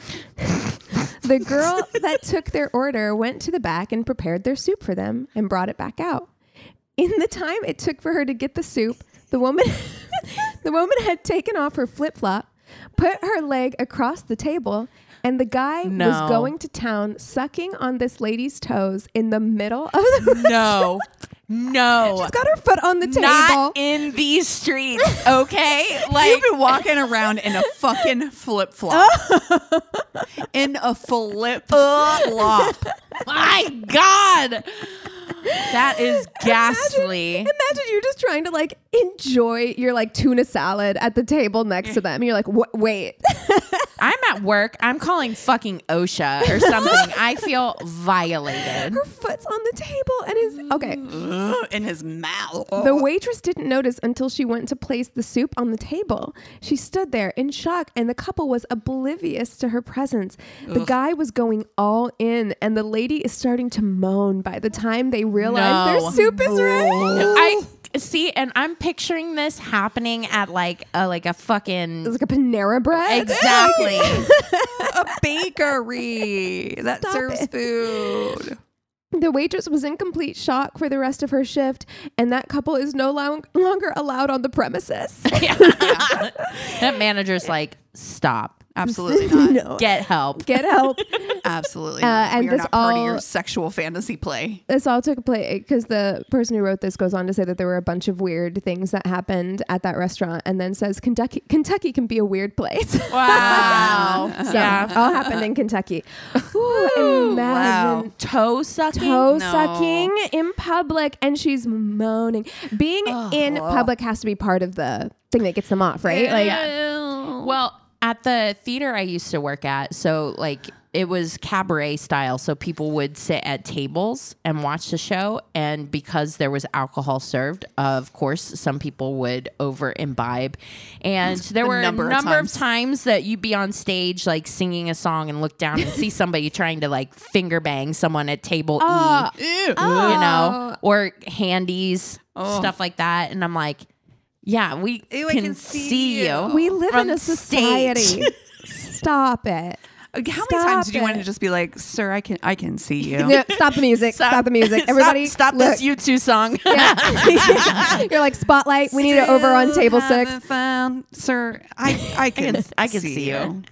Speaker 3: The girl that took their order went to the back and prepared their soup for them and brought it back out. In the time it took for her to get the soup, the woman the woman had taken off her flip-flop, put her leg across the table, and the guy
Speaker 4: No.
Speaker 3: was going to town sucking on this lady's toes in the middle of the
Speaker 4: No. No.
Speaker 3: She's got her foot on the table.
Speaker 4: Not in these streets, okay? Like,
Speaker 2: You've been walking around in a fucking flip flop. in a flip flop.
Speaker 4: my God. That is ghastly.
Speaker 3: Imagine you're just trying to like enjoy your like tuna salad at the table
Speaker 4: Eh.
Speaker 3: next to them. You're like, "Wha- wait,
Speaker 4: I'm at work. I'm calling fucking OSHA or something. I feel violated.
Speaker 3: her foot's on the table and is okay.
Speaker 4: Mm.
Speaker 2: in his mouth.
Speaker 3: The waitress didn't notice until she went to place the soup on the table. She stood there in shock, and the couple was oblivious to her presence. The guy was going all in, and the lady is starting to moan by the time they realize
Speaker 4: No.
Speaker 3: their soup is ready.
Speaker 4: I see, and I'm picturing this happening at like a like a fucking
Speaker 3: It's like a Panera bread.
Speaker 4: Exactly.
Speaker 2: a bakery that serves
Speaker 3: it.
Speaker 2: food.
Speaker 3: The waitress was in complete shock for the rest of her shift, and that couple is no lo- longer allowed on the premises.
Speaker 4: that manager's like, stop.
Speaker 2: Absolutely not.
Speaker 3: no.
Speaker 4: Get help.
Speaker 3: Get help.
Speaker 2: Absolutely.
Speaker 3: Uh,
Speaker 2: not.
Speaker 3: and
Speaker 2: we are
Speaker 3: this
Speaker 2: not part of
Speaker 3: all-
Speaker 2: your sexual fantasy play.
Speaker 3: this all took place because the person who wrote this goes on to say that there were a bunch of weird things that happened at that restaurant and then says Kentucky Kentucky can be a weird place.
Speaker 4: Wow.
Speaker 3: so
Speaker 4: yeah.
Speaker 3: all happened in Kentucky. Ooh, imagine
Speaker 4: Toe sucking.
Speaker 3: toe
Speaker 2: No.
Speaker 3: sucking in public and she's moaning. Being in public has to be part of the thing that gets them off, right? Like
Speaker 4: Well, at the theater I used to work at, so like it was cabaret style. So people would sit at tables and watch the show. And because there was alcohol served, of course, some people would over imbibe. And there
Speaker 2: A
Speaker 4: were
Speaker 2: number of
Speaker 4: a number of
Speaker 2: times.
Speaker 4: times. that you'd be on stage, like singing a song and look down and see somebody trying to like finger bang someone at table
Speaker 2: Ah,
Speaker 4: E
Speaker 2: Ew.
Speaker 4: you know, or handies, stuff like that. And I'm like, yeah, we
Speaker 2: Ew, I
Speaker 4: can,
Speaker 2: can see
Speaker 4: see,
Speaker 2: you.
Speaker 4: you.
Speaker 3: we live in
Speaker 4: from
Speaker 3: a
Speaker 4: stage.
Speaker 3: society. Stop it.
Speaker 2: Like, How many
Speaker 3: Stop
Speaker 2: times did you want
Speaker 3: it.
Speaker 2: to just be like, "Sir, I can, I can see you."
Speaker 3: No, stop the music. Stop, the music.
Speaker 4: Stop-
Speaker 3: Everybody
Speaker 4: stop,
Speaker 3: look.
Speaker 4: this You Two song.
Speaker 3: Yeah. You're like spotlight. We need it over on
Speaker 2: Still
Speaker 3: table six.
Speaker 2: haven't Found, sir, I, I can,
Speaker 4: I can see you.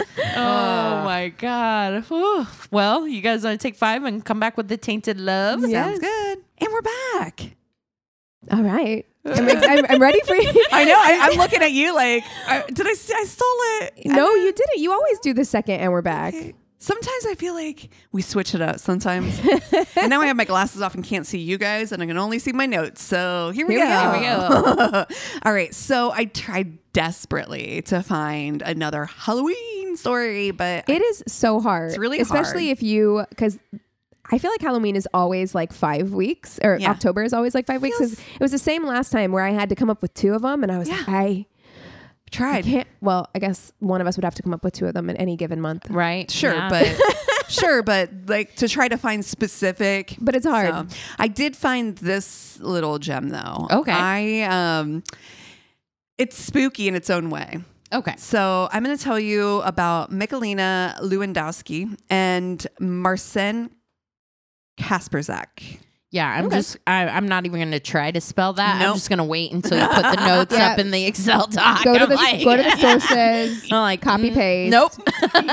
Speaker 4: Oh my God. Whew. Well, you guys want to take five and come back with the tainted love?
Speaker 2: Sounds good. And we're back.
Speaker 3: All right. I'm, ex- I'm, I'm ready for you.
Speaker 2: I know. I, I'm looking at you like, I, did I? s- I stole it.
Speaker 3: No, you did it. You always do the second, and we're back.
Speaker 2: Sometimes I feel like we switch it up sometimes. and now I have my glasses off and can't see you guys, and I can only see my notes. So here we
Speaker 3: Here we
Speaker 2: go.
Speaker 3: go.
Speaker 2: we go. All right. So I tried desperately to find another Halloween story, but
Speaker 3: It is so hard.
Speaker 2: It's really
Speaker 3: especially
Speaker 2: hard.
Speaker 3: if you because. I feel like Halloween is always like five weeks, or
Speaker 2: Yeah.
Speaker 3: October is always like five weeks. 'cause It was the same last time where I had to come up with two of them, and I was like, I
Speaker 2: I tried.
Speaker 3: can't. Well, I guess one of us would have to come up with two of them in any given month.
Speaker 4: Right?
Speaker 2: Sure,
Speaker 4: Yeah.
Speaker 2: but sure, but like to try to find specific.
Speaker 3: But it's hard.
Speaker 2: So, I did find this little gem though.
Speaker 4: Okay.
Speaker 2: I um, it's spooky in its own way.
Speaker 4: Okay.
Speaker 2: So I'm going to tell you about Michalina Lewandowski and Marcin Kasperzak.
Speaker 4: Yeah, I'm just, I, I'm not even going to try to spell that.
Speaker 2: Nope.
Speaker 4: I'm just going to wait until you put the notes
Speaker 3: Yeah.
Speaker 4: up in the Excel doc.
Speaker 3: Go to
Speaker 4: I'm
Speaker 3: the
Speaker 4: like-
Speaker 3: go to the sources.
Speaker 4: I'm like,
Speaker 3: copy
Speaker 4: mm,
Speaker 3: paste.
Speaker 4: Nope.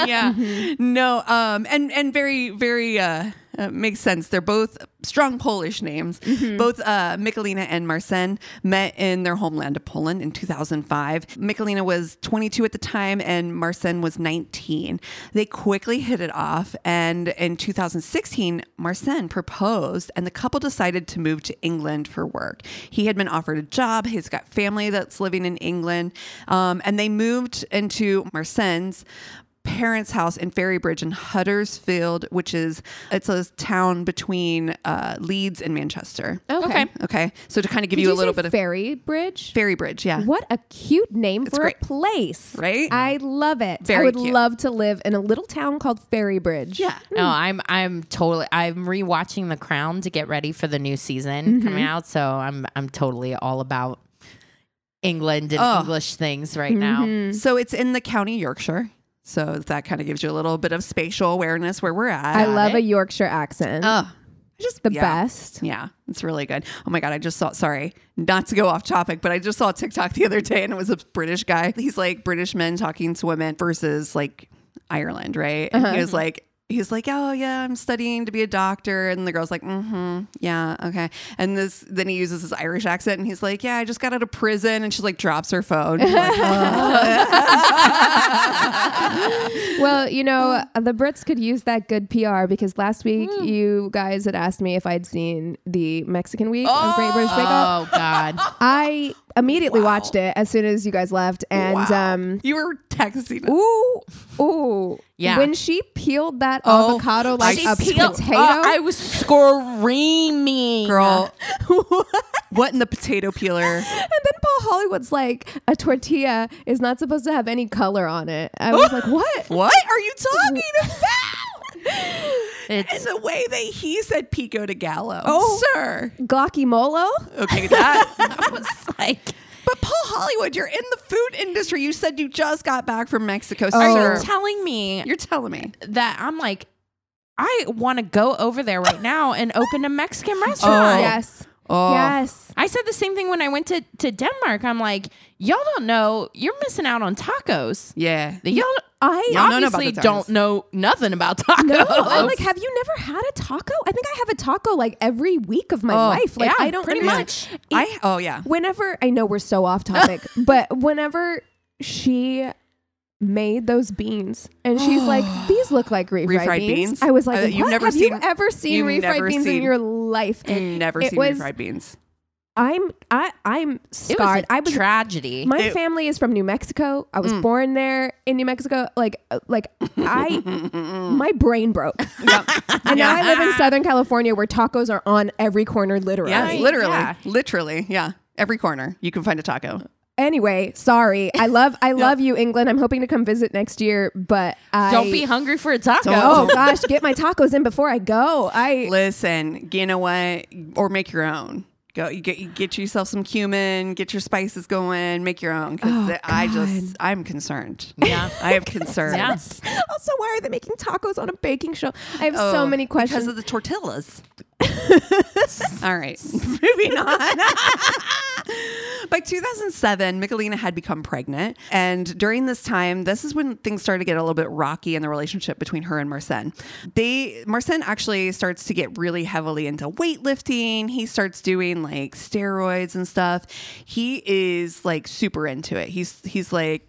Speaker 2: yeah. No. Um. And and very very uh, uh makes sense. They're both strong Polish names. Both uh Michalina and Marcin met in their homeland of Poland in 2005. Michalina was 22 at the time and Marcin was 19. They quickly hit it off and in 2016 Marcin proposed and the couple decided to move to England for work. He had been offered a job. He's got family that's living in England. Um, and they moved into Marcin's parents' house in Ferrybridge in Huddersfield, which is it's a town between uh, Leeds and Manchester.
Speaker 3: Okay.
Speaker 2: Okay, so to kind of give
Speaker 3: Did
Speaker 2: you,
Speaker 3: you
Speaker 2: a little
Speaker 3: say
Speaker 2: bit of
Speaker 3: ferry bridge.
Speaker 2: Ferrybridge, yeah.
Speaker 3: What a cute name for
Speaker 2: great.
Speaker 3: a place.
Speaker 2: Right?
Speaker 3: I love it. I
Speaker 2: Very
Speaker 3: would
Speaker 2: cute.
Speaker 3: love to live in a little town called Ferrybridge.
Speaker 2: Yeah.
Speaker 4: No, I'm I'm totally I'm rewatching The Crown to get ready for the new season
Speaker 3: Mm-hmm.
Speaker 4: coming out, so I'm I'm totally all about England and
Speaker 2: Oh.
Speaker 4: English things right
Speaker 3: Mm-hmm.
Speaker 4: now.
Speaker 2: So it's in the county Yorkshire. So that kind of gives you a little bit of spatial awareness where we're at.
Speaker 3: I love a Yorkshire accent.
Speaker 2: Oh, I just
Speaker 3: the
Speaker 2: yeah.
Speaker 3: best.
Speaker 2: Yeah, it's really good. Oh my God, I just saw, sorry, not to go off topic, but I just saw a TikTok the other day and it was a British guy. He's like British men talking to women versus like Ireland, right? And he was like, He's like, oh yeah, I'm studying to be a doctor, and the girl's like, mm-hmm, yeah, okay. And this, then he uses his Irish accent, and he's like, yeah, I just got out of prison, and she like drops her phone. She's like,
Speaker 3: Well, you know, the Brits could use that good PR because last week
Speaker 2: Hmm.
Speaker 3: you guys had asked me if I'd seen the Mexican week of Great British Bake Off.
Speaker 4: Oh God,
Speaker 3: I immediately watched it as soon as you guys left. And
Speaker 2: wow.
Speaker 3: um,
Speaker 2: you were texting. us.
Speaker 3: Ooh, ooh.
Speaker 4: Yeah.
Speaker 3: When she peeled that
Speaker 2: Oh,
Speaker 3: avocado like
Speaker 2: she
Speaker 3: a
Speaker 2: peeled-
Speaker 3: potato.
Speaker 4: Oh, I was screaming,
Speaker 2: girl, what in the potato peeler?
Speaker 3: And then Paul Hollywood's like, a tortilla is not supposed to have any color on it. I was like, what?
Speaker 2: What are you talking about?
Speaker 4: It's
Speaker 2: the way that he said pico to gallo. Oh, sir.
Speaker 3: Glocky Molo?
Speaker 2: Okay, that.
Speaker 4: I was like,
Speaker 2: but Paul Hollywood, you're in the food industry. You said you just got back from Mexico,
Speaker 3: Oh.
Speaker 2: sir.
Speaker 4: are you telling me
Speaker 2: You're telling me.
Speaker 4: that I'm like, I want to go over there right now and open a Mexican restaurant?
Speaker 3: Oh. Yes.
Speaker 2: Oh,
Speaker 3: Yes.
Speaker 6: I said the same thing when I went to, to Denmark. I'm like, y'all don't know, you're missing out on tacos.
Speaker 2: yeah.
Speaker 6: Y'all,
Speaker 3: I
Speaker 2: Y'all don't know about
Speaker 6: obviously
Speaker 2: the tacos.
Speaker 6: don't know nothing about tacos.
Speaker 3: No, I'm like, have you never had a taco? I think I have a taco like every week of my
Speaker 2: Oh,
Speaker 3: life. Like
Speaker 6: yeah,
Speaker 3: I don't
Speaker 6: pretty
Speaker 3: understand.
Speaker 6: much.
Speaker 3: It-
Speaker 2: I oh yeah.
Speaker 3: whenever I know we're so off topic, but whenever she made those beans and she's like, "These look like refried,
Speaker 2: Refried
Speaker 3: beans.
Speaker 2: beans?
Speaker 3: I was like,
Speaker 2: Uh, you've
Speaker 3: "What?
Speaker 2: never
Speaker 3: have you
Speaker 2: seen-
Speaker 3: ever seen
Speaker 2: you've
Speaker 3: refried
Speaker 2: never
Speaker 3: beans in
Speaker 2: seen-
Speaker 3: your life?"
Speaker 2: Never
Speaker 3: it
Speaker 2: seen
Speaker 3: was-
Speaker 2: refried beans.
Speaker 3: I'm I I'm
Speaker 4: It was
Speaker 3: scarred.
Speaker 4: a
Speaker 3: I was
Speaker 4: tragedy.
Speaker 3: my family is from New Mexico. I was born there in New Mexico. Like, uh, like I, my brain broke. and now I live in Southern California where tacos are on every corner, literally.
Speaker 2: Yeah, literally,
Speaker 6: yeah.
Speaker 2: literally, yeah. Every corner you can find a taco.
Speaker 3: Anyway, sorry. I love, I love you, England. I'm hoping to come visit next year, but I,
Speaker 6: don't be hungry for a taco.
Speaker 3: Oh gosh, get my tacos in before I go. I
Speaker 2: Listen, you know what? Or make your own. Go you get you get yourself some cumin, get your spices going, make your own. Because I just I'm concerned.
Speaker 4: Yeah.
Speaker 2: I am concerned.
Speaker 4: Yeah.
Speaker 3: also why are they making tacos on a baking show? I have
Speaker 2: Oh,
Speaker 3: so many questions.
Speaker 2: because of the tortillas. All right, moving on. By 2007, Michelina had become pregnant. And during this time, this is when things started to get a little bit rocky in the relationship between her and Marcin. They Marcin actually starts to get really heavily into weightlifting. He starts doing like steroids and stuff. He is like super into it. He's he's like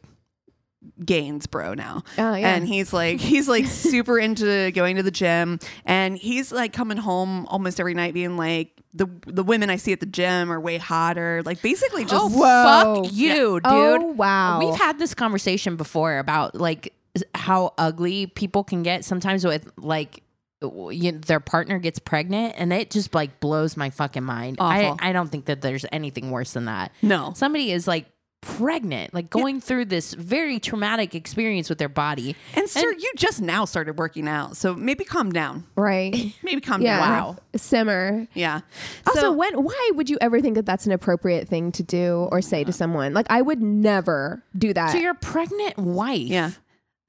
Speaker 2: gains bro now.
Speaker 3: Oh, yeah.
Speaker 2: And he's like he's like super into going to the gym and he's like coming home almost every night being like the the women I see at the gym are way hotter. Like basically just
Speaker 3: Oh. Whoa.
Speaker 4: Fuck you,
Speaker 3: Oh,
Speaker 4: dude.
Speaker 3: wow.
Speaker 4: We've had this conversation before about like s- how ugly people can get sometimes with like w- you their partner gets pregnant and it just like blows my fucking mind. I,
Speaker 2: Awful.
Speaker 4: I don't think that there's anything worse than that.
Speaker 2: No.
Speaker 4: Somebody is like pregnant, like going through this very traumatic experience with their body.
Speaker 2: And sir, you just now started working out. So maybe calm down.
Speaker 3: right.
Speaker 2: Maybe calm
Speaker 3: Yeah.
Speaker 2: down.
Speaker 3: Simmer.
Speaker 2: Yeah.
Speaker 3: Also,
Speaker 2: So-
Speaker 3: when why would you ever think that that's an appropriate thing to do or say to someone? Like, I would never do that.
Speaker 4: To your pregnant wife,
Speaker 2: yeah.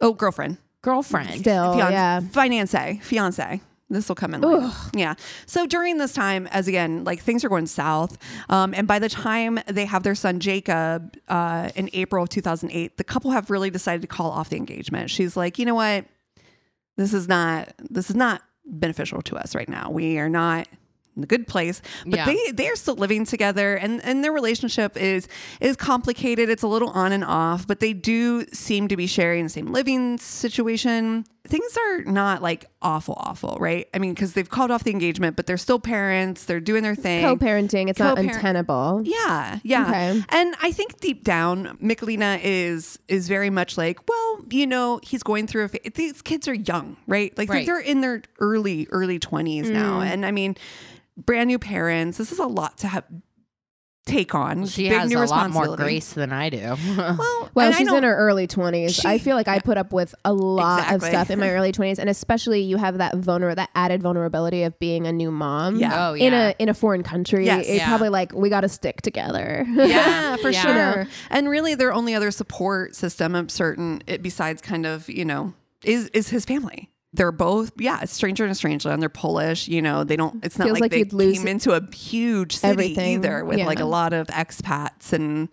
Speaker 2: Oh, girlfriend.
Speaker 4: girlfriend.
Speaker 3: Still,
Speaker 2: fiance,
Speaker 3: yeah.
Speaker 2: fiance, fiance. This will come in later. Yeah. So during this time, as again, like things are going south. Um, and by the time they have their son Jacob uh, in April of 2008, the couple have really decided to call off the engagement. She's like, you know what? This is not, this is not beneficial to us right now. We are not in a good place, but
Speaker 4: Yeah.
Speaker 2: they, they are still living together and, and their relationship is, is complicated. It's a little on and off, but they do seem to be sharing the same living situation. Things are not like awful, awful, right? I mean, because they've called off the engagement, but they're still parents. They're doing their thing.
Speaker 3: co-parenting, it's
Speaker 2: Co-parent-
Speaker 3: not untenable.
Speaker 2: Yeah, yeah.
Speaker 3: Okay.
Speaker 2: And I think deep down, Michelina is is very much like, well, you know, he's going through a. Fa- these kids are young, right? Like they're-
Speaker 4: Right. Mm.
Speaker 2: they're in their early early twenties now, and I mean, brand new parents. This is a lot to have take on.
Speaker 4: She
Speaker 2: Big
Speaker 4: has
Speaker 2: new
Speaker 4: a lot more
Speaker 2: responsibility.
Speaker 4: grace than I do.
Speaker 2: Well,
Speaker 3: Well,
Speaker 2: and I
Speaker 3: she's
Speaker 2: don't-
Speaker 3: in her early 20s. I
Speaker 2: She-
Speaker 3: feel like I put up with a lot
Speaker 2: Exactly.
Speaker 3: of stuff in my early 20s and especially you have that vulner that added vulnerability of being a new mom
Speaker 2: Yeah.
Speaker 4: Oh,
Speaker 3: in
Speaker 4: yeah.
Speaker 3: a in a foreign country.
Speaker 2: Yes.
Speaker 3: It's
Speaker 4: Yeah.
Speaker 3: probably like we got to stick together.
Speaker 2: yeah, for
Speaker 4: Yeah.
Speaker 2: sure.
Speaker 3: You know?
Speaker 2: And really, their only other support system, I'm certain, it besides kind of you know, is is his family. They're both, yeah, it's stranger in a strange land. They're Polish, you know. They don't. It's not
Speaker 3: Feels
Speaker 2: like,
Speaker 3: like
Speaker 2: they
Speaker 3: you'd lose
Speaker 2: came into a huge city
Speaker 3: everything.
Speaker 2: either, with
Speaker 3: Yeah.
Speaker 2: like a lot of expats and,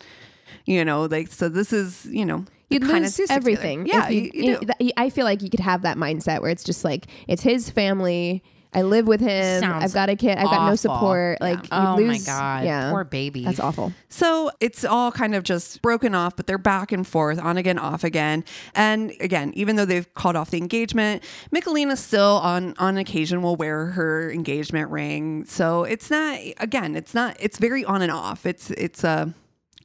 Speaker 2: you know, like so. This is, you know,
Speaker 3: You'd
Speaker 2: kinda
Speaker 3: lose
Speaker 2: do stick together.
Speaker 3: everything. if
Speaker 2: Yeah, you, you, do.
Speaker 3: th- you- I feel like you could have that mindset where it's just like it's his family. I live with him.
Speaker 4: Sounds
Speaker 3: I've got a kid. I've got no
Speaker 4: awful.
Speaker 3: support. Like
Speaker 4: oh
Speaker 3: you'd
Speaker 4: my
Speaker 3: lose-
Speaker 4: god,
Speaker 3: yeah,
Speaker 4: poor baby.
Speaker 3: That's awful.
Speaker 2: So it's all kind of just broken off, but they're back and forth, on again, off again. And again, even though they've called off the engagement, Michelina still on on occasion will wear her engagement ring. So it's not again, it's not it's very on and off. It's it's uh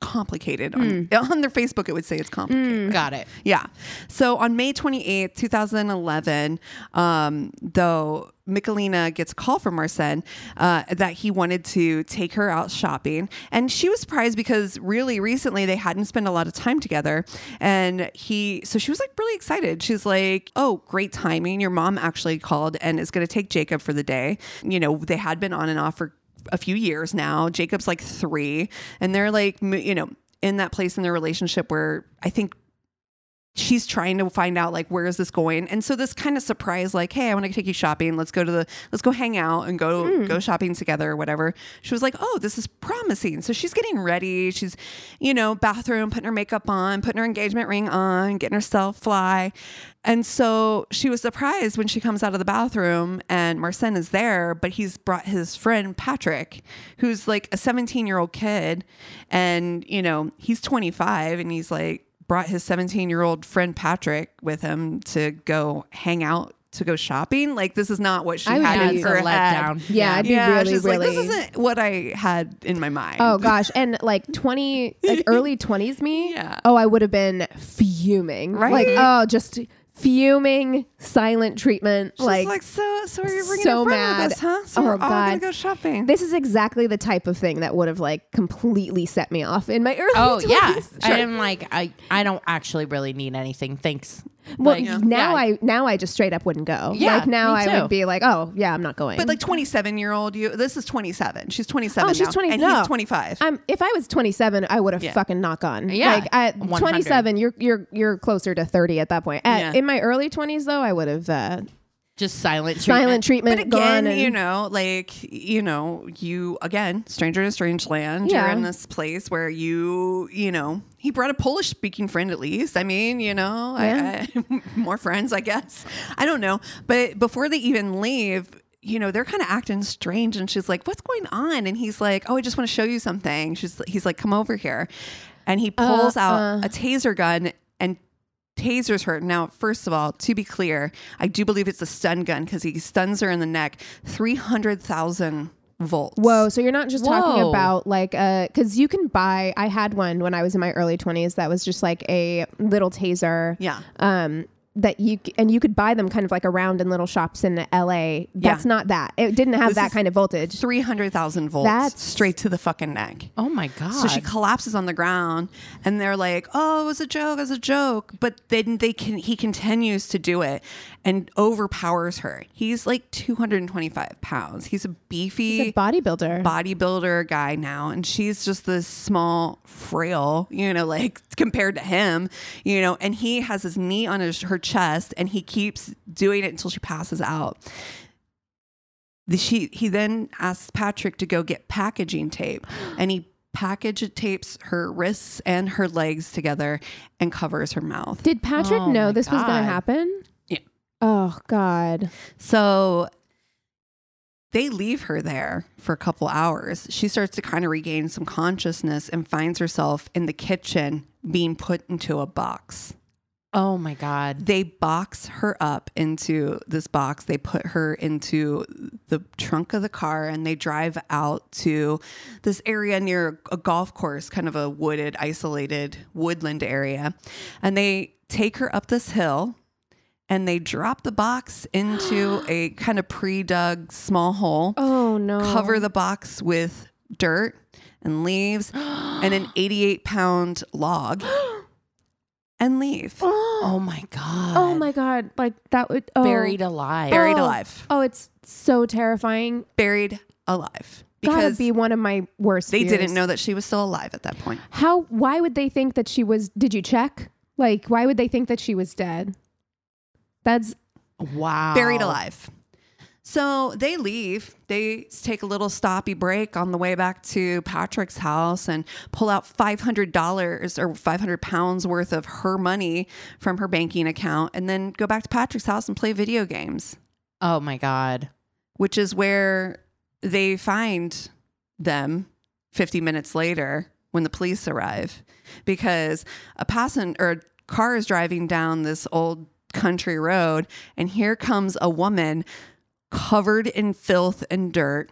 Speaker 2: complicated. On, on their Facebook it would say it's complicated.
Speaker 4: Got it.
Speaker 2: Yeah. So on May 28th, 2011, um, though, Michelina gets a call from Marcin uh, that he wanted to take her out shopping. And she was surprised because really recently they hadn't spent a lot of time together. And he, so she was like really excited. She's like, oh, great timing. Your mom actually called and is going to take Jacob for the day. You know, they had been on and off for a few years now. Jacob's like three. And they're like, m- you know, in that place in their relationship where I think she's trying to find out like where is this going and so this kind of surprise like hey i want to take you shopping let's go to the let's go hang out and go go shopping together or whatever she was like oh this is promising so she's getting ready she's you know bathroom putting her makeup on putting her engagement ring on getting herself fly and so she was surprised when she comes out of the bathroom and marcin is there but he's brought his friend patrick who's like a 17 year old kid and you know he's 25 and he's like brought his 17 year old friend Patrick with him to go hang out to go shopping. Like this is not what she
Speaker 3: I would
Speaker 2: had
Speaker 3: be-
Speaker 2: in
Speaker 4: It's a
Speaker 2: her head.
Speaker 4: letdown.
Speaker 3: Yeah, I'd be
Speaker 2: yeah,
Speaker 3: really,
Speaker 2: she's like,
Speaker 3: really.
Speaker 2: this isn't what I had in my mind.
Speaker 3: Oh gosh, and like twenty, like early twenties me.
Speaker 2: Yeah.
Speaker 3: Oh, I would have been fuming.
Speaker 2: Right?
Speaker 3: Like oh, just fuming, silent treatment.
Speaker 2: She's like, so, so are you bringing
Speaker 3: so
Speaker 2: a friend
Speaker 3: mad.
Speaker 2: with us, huh? So
Speaker 3: Oh,
Speaker 2: we're all gonna
Speaker 3: God.
Speaker 2: go shopping.
Speaker 3: this is exactly the type of thing that would have like completely set me off in my early.
Speaker 4: Oh,
Speaker 6: yeah,
Speaker 3: 20s.
Speaker 4: I am like I I don't actually really need anything. Thanks.
Speaker 3: Well,
Speaker 4: Like,
Speaker 3: now
Speaker 4: yeah.
Speaker 3: I now I just straight up wouldn't go.
Speaker 4: Yeah,
Speaker 3: like now
Speaker 4: me
Speaker 3: I
Speaker 4: too.
Speaker 3: would be like, oh yeah, I'm not going.
Speaker 2: but like 27 year old you, this is 27. She's 27
Speaker 3: oh, she's
Speaker 2: now,
Speaker 3: twenty.
Speaker 2: and
Speaker 3: no.
Speaker 2: he's 25.
Speaker 3: Um, if I was 27, I would have fucking not gone.
Speaker 4: Yeah.
Speaker 3: like at
Speaker 4: 100.
Speaker 3: 27, you're you're you're closer to 30 at that point. At,
Speaker 2: Yeah.
Speaker 3: In my early 20s, though, I would have uh,
Speaker 4: Just silent treatment.
Speaker 3: silent treatment.
Speaker 2: but again,
Speaker 3: gone and-
Speaker 2: you know, like you know, you again, stranger to strange land. You're
Speaker 3: Yeah.
Speaker 2: in this place where you, you know, he brought a Polish speaking friend at least. I mean, you know, I, I, more friends, I guess. I don't know, but before they even leave. You know they're kind of acting strange, and she's like, "What's going on?" And he's like, "Oh, I just want to show you something." She's, he's like, "Come over here," and he
Speaker 3: Uh,
Speaker 2: pulls out a taser gun and tasers her. Now, first of all, to be clear, I do believe it's a stun gun because he stuns her in the neck. 300,000 volts.
Speaker 3: Whoa! So you're not just talking
Speaker 4: Whoa.
Speaker 3: about like a because you can buy. I had one when I was in my early 20s that was just like a little taser.
Speaker 2: Yeah.
Speaker 3: Um, that you c- and you could buy them kind of like around in little shops in LA. That's not that. It didn't have that
Speaker 2: is
Speaker 3: kind of voltage.
Speaker 2: 300,000 volts
Speaker 3: That's-
Speaker 2: straight to the fucking neck.
Speaker 4: Oh my god.
Speaker 2: So she collapses on the ground, and they're like, "Oh, it was a joke, it was a joke." But then they can he continues to do it and overpowers her. He's like 225 pounds. He's a beefy,
Speaker 3: He's a bodybuilder.
Speaker 2: bodybuilder guy now and she's just this small frail you know like compared to him you know and he has his knee on his, her chest and he keeps doing it until she passes out The- she he then asks Patrick to go get packaging tape and he package tapes her wrists and her legs together and covers her mouth
Speaker 3: Did Patrick
Speaker 4: Oh
Speaker 3: know
Speaker 4: my
Speaker 3: this was going
Speaker 4: God.
Speaker 3: to happen?
Speaker 2: Yeah.
Speaker 3: Oh God.
Speaker 2: So they leave her there for a couple hours. She starts to kind of regain some consciousness and finds herself in the kitchen being put into a box.
Speaker 4: oh my god.
Speaker 2: They box her up into this box. They put her into the trunk of the car and they drive out to this area near a golf course, kind of a wooded, isolated woodland area. And they take her up this hill and they drop the box into a kind of pre dug small hole,
Speaker 3: Oh no.
Speaker 2: cover the box with dirt and leaves and an 88 pound log and leave.
Speaker 4: Oh my god.
Speaker 3: Oh my God. Like that would oh.
Speaker 4: Buried alive.
Speaker 2: Buried
Speaker 3: Oh.
Speaker 2: alive.
Speaker 3: Oh, it's so terrifying.
Speaker 2: Buried alive.
Speaker 3: Gotta
Speaker 2: Because
Speaker 3: be one of my worst.
Speaker 2: they
Speaker 3: fears.
Speaker 2: didn't know that she was still alive at that point.
Speaker 3: How? Why would they think that she was? Did you check? Like, why would they think that she was dead? That's
Speaker 4: Wow.
Speaker 2: buried alive. So they leave. They take a little stoppy break on the way back to Patrick's house and pull out five hundred dollars or five hundred pounds worth of her money from her banking account, and then go back to Patrick's house and play video games,
Speaker 4: Oh my god.
Speaker 2: which is where they find them fifty minutes later when the police arrive, because a passenger or a car is driving down this old country road, and here comes a woman covered in filth and dirt,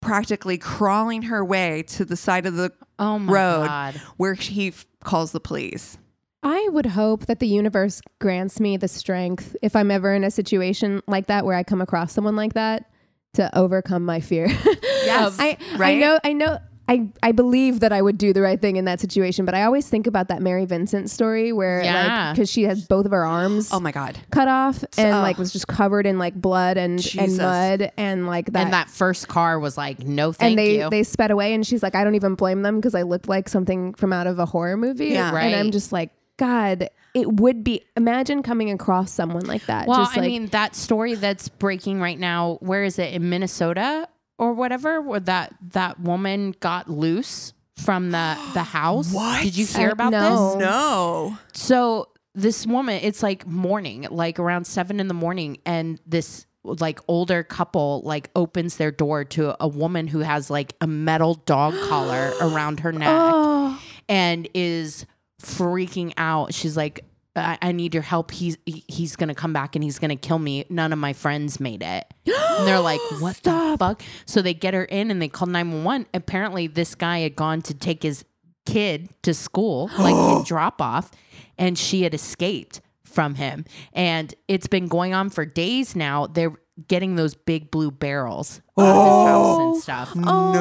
Speaker 2: practically crawling her way to the side of the
Speaker 4: Oh my
Speaker 2: road
Speaker 4: god.
Speaker 2: where he f- calls the police.
Speaker 3: I would hope that the universe grants me the strength if I'm ever in a situation like that where I come across someone like that to overcome my fear.
Speaker 2: Yes,
Speaker 3: I,
Speaker 2: right?
Speaker 3: I know I know I, I believe that I would do the right thing in that situation, but I always think about that Mary Vincent story where
Speaker 4: Yeah.
Speaker 3: like cuz she has both of her arms
Speaker 2: Oh my God.
Speaker 3: cut off and
Speaker 2: oh.
Speaker 3: like was just covered in like blood and
Speaker 2: Jesus.
Speaker 3: and mud and like that
Speaker 4: and that first car was like, no, thank
Speaker 3: and they
Speaker 4: you.
Speaker 3: they sped away and she's like I don't even blame them cuz I looked like something from out of a horror movie
Speaker 2: Yeah.
Speaker 3: and
Speaker 4: Right.
Speaker 3: I'm just like God, it would be. Imagine coming across someone like that.
Speaker 4: Well,
Speaker 3: just
Speaker 4: I
Speaker 3: like,
Speaker 4: mean, that story that's breaking right now, where is it? In Minnesota or whatever, where that that woman got loose from the the house.
Speaker 2: What?
Speaker 4: Did you
Speaker 2: I-
Speaker 4: hear about
Speaker 3: uh, no.
Speaker 4: this?
Speaker 2: No.
Speaker 4: So this woman, it's like morning, like around seven in the morning, and this like older couple like opens their door to a woman who has like a metal dog collar around
Speaker 3: Oh.
Speaker 4: her neck and is freaking out. She's like, I, I need your help. He's he- he's gonna come back and he's gonna kill me. None of my friends made it. and they're like, what the fuck? So they get her in and they call nine one one. Apparently, this guy had gone to take his kid to school, like kid drop off, and she had escaped from him. And it's been going on for days now. They're getting those big blue barrels out of his house and stuff.
Speaker 3: oh,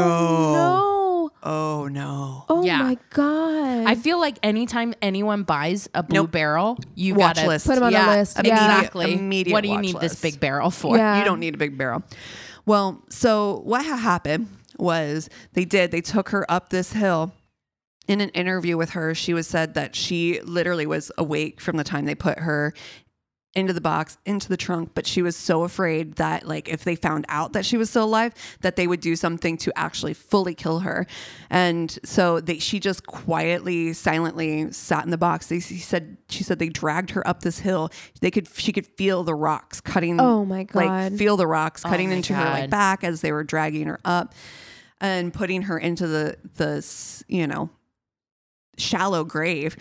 Speaker 3: no.
Speaker 2: Oh no.
Speaker 3: Oh
Speaker 4: Yeah.
Speaker 3: my God.
Speaker 4: I feel like anytime anyone buys a blue
Speaker 2: Nope.
Speaker 4: barrel, you
Speaker 2: Watch
Speaker 4: gotta
Speaker 2: list.
Speaker 3: Put 'em on a
Speaker 2: yeah.
Speaker 3: list.
Speaker 2: Immediate-
Speaker 3: Yeah.
Speaker 4: Exactly.
Speaker 2: Immediate
Speaker 4: what do you
Speaker 2: watch
Speaker 4: need this
Speaker 2: list.
Speaker 4: big barrel for?
Speaker 3: Yeah.
Speaker 2: You don't need a big barrel. Well, so what ha- happened was they did, they took her up this hill. In an interview with her, she was said that she literally was awake from the time they put her into the box, into the trunk, but she was so afraid that like if they found out that she was still alive, that they would do something to actually fully kill her. And so they she just quietly, silently sat in the box. They she said she said they dragged her up this hill. They could she could feel the rocks cutting
Speaker 3: Oh, my
Speaker 2: like
Speaker 3: God.
Speaker 2: feel the rocks cutting
Speaker 4: Oh my
Speaker 2: into her like
Speaker 4: God.
Speaker 2: back as they were dragging her up and putting her into the the s- you know shallow grave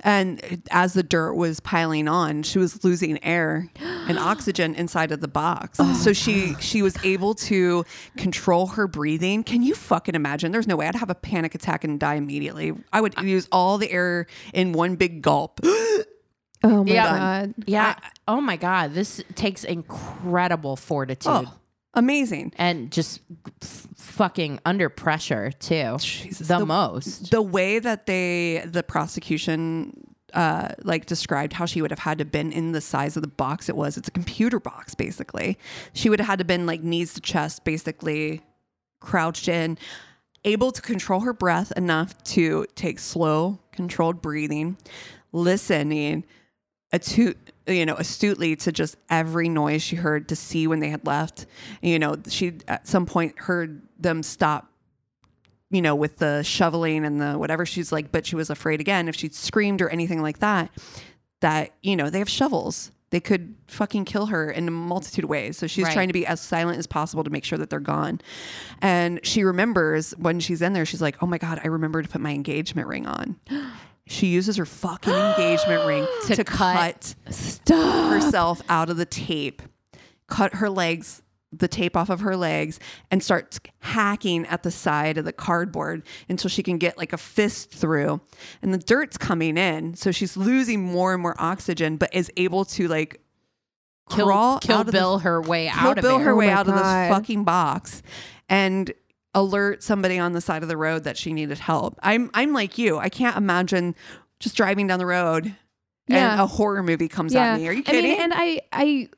Speaker 2: and as the dirt was piling on she was losing air and oxygen inside of the box
Speaker 4: Oh
Speaker 2: so she she was able to control her breathing can you fucking imagine there's no way i'd have a panic attack and die immediately i would use all the air in one big gulp
Speaker 3: oh my
Speaker 4: Yeah.
Speaker 3: God.
Speaker 4: Yeah. oh my God. This takes incredible fortitude
Speaker 2: oh, amazing
Speaker 4: and just f- fucking under pressure, too.
Speaker 2: Jesus,
Speaker 4: the,
Speaker 2: the-
Speaker 4: most.
Speaker 2: the way that they the prosecution uh, like described how she would have had to been in the size of the box it was it's a computer box basically she would have had to been like knees to chest basically crouched in able to control her breath enough to take slow controlled breathing listening attute you know astutely to just every noise she heard to see when they had left you know she at some point heard them stop you know, with the shoveling and the whatever, she's like, but she was afraid again if she screamed or anything like that, that, you know, they have shovels. They could fucking kill her in a multitude of ways. So she's
Speaker 4: Right.
Speaker 2: trying to be as silent as possible to make sure that they're gone. And she remembers when she's in there, she's like, oh my God, I remember to put my engagement ring on. She uses her fucking engagement ring to, cut herself out of the tape, cut her legs, the tape off of her legs, and starts hacking at the side of the cardboard until she can get like a fist through. And the dirt's coming in. So she's losing more and more oxygen, but is able to like
Speaker 4: Kill,
Speaker 2: crawl
Speaker 4: kill
Speaker 2: out of the-
Speaker 4: Bill her way
Speaker 2: Kill
Speaker 4: out of
Speaker 2: Bill
Speaker 4: it.
Speaker 2: her way
Speaker 3: Oh my
Speaker 2: out of
Speaker 3: God.
Speaker 2: this fucking box and alert somebody on the side of the road that she needed help. I'm I'm like you. I can't imagine just driving down the road and
Speaker 3: Yeah.
Speaker 2: a horror movie comes at me. Are you
Speaker 3: I
Speaker 2: kidding?
Speaker 3: mean, and I, I,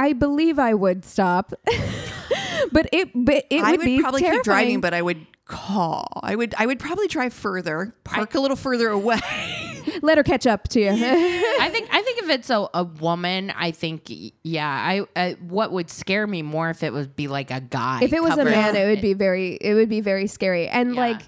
Speaker 3: I believe I would stop, but it, but it
Speaker 2: I
Speaker 3: would,
Speaker 2: would
Speaker 3: be
Speaker 2: probably keep driving,
Speaker 3: terrifying.
Speaker 2: but I would call. I would I would probably drive further, park a little further away.
Speaker 3: let her catch up to you.
Speaker 4: I think I think if it's a, a woman, I think y- yeah. I, I what would scare me more if it would be like a guy.
Speaker 3: if it was a
Speaker 4: covered-
Speaker 3: man, it would be very, it would be very scary. And
Speaker 4: Yeah.
Speaker 3: like,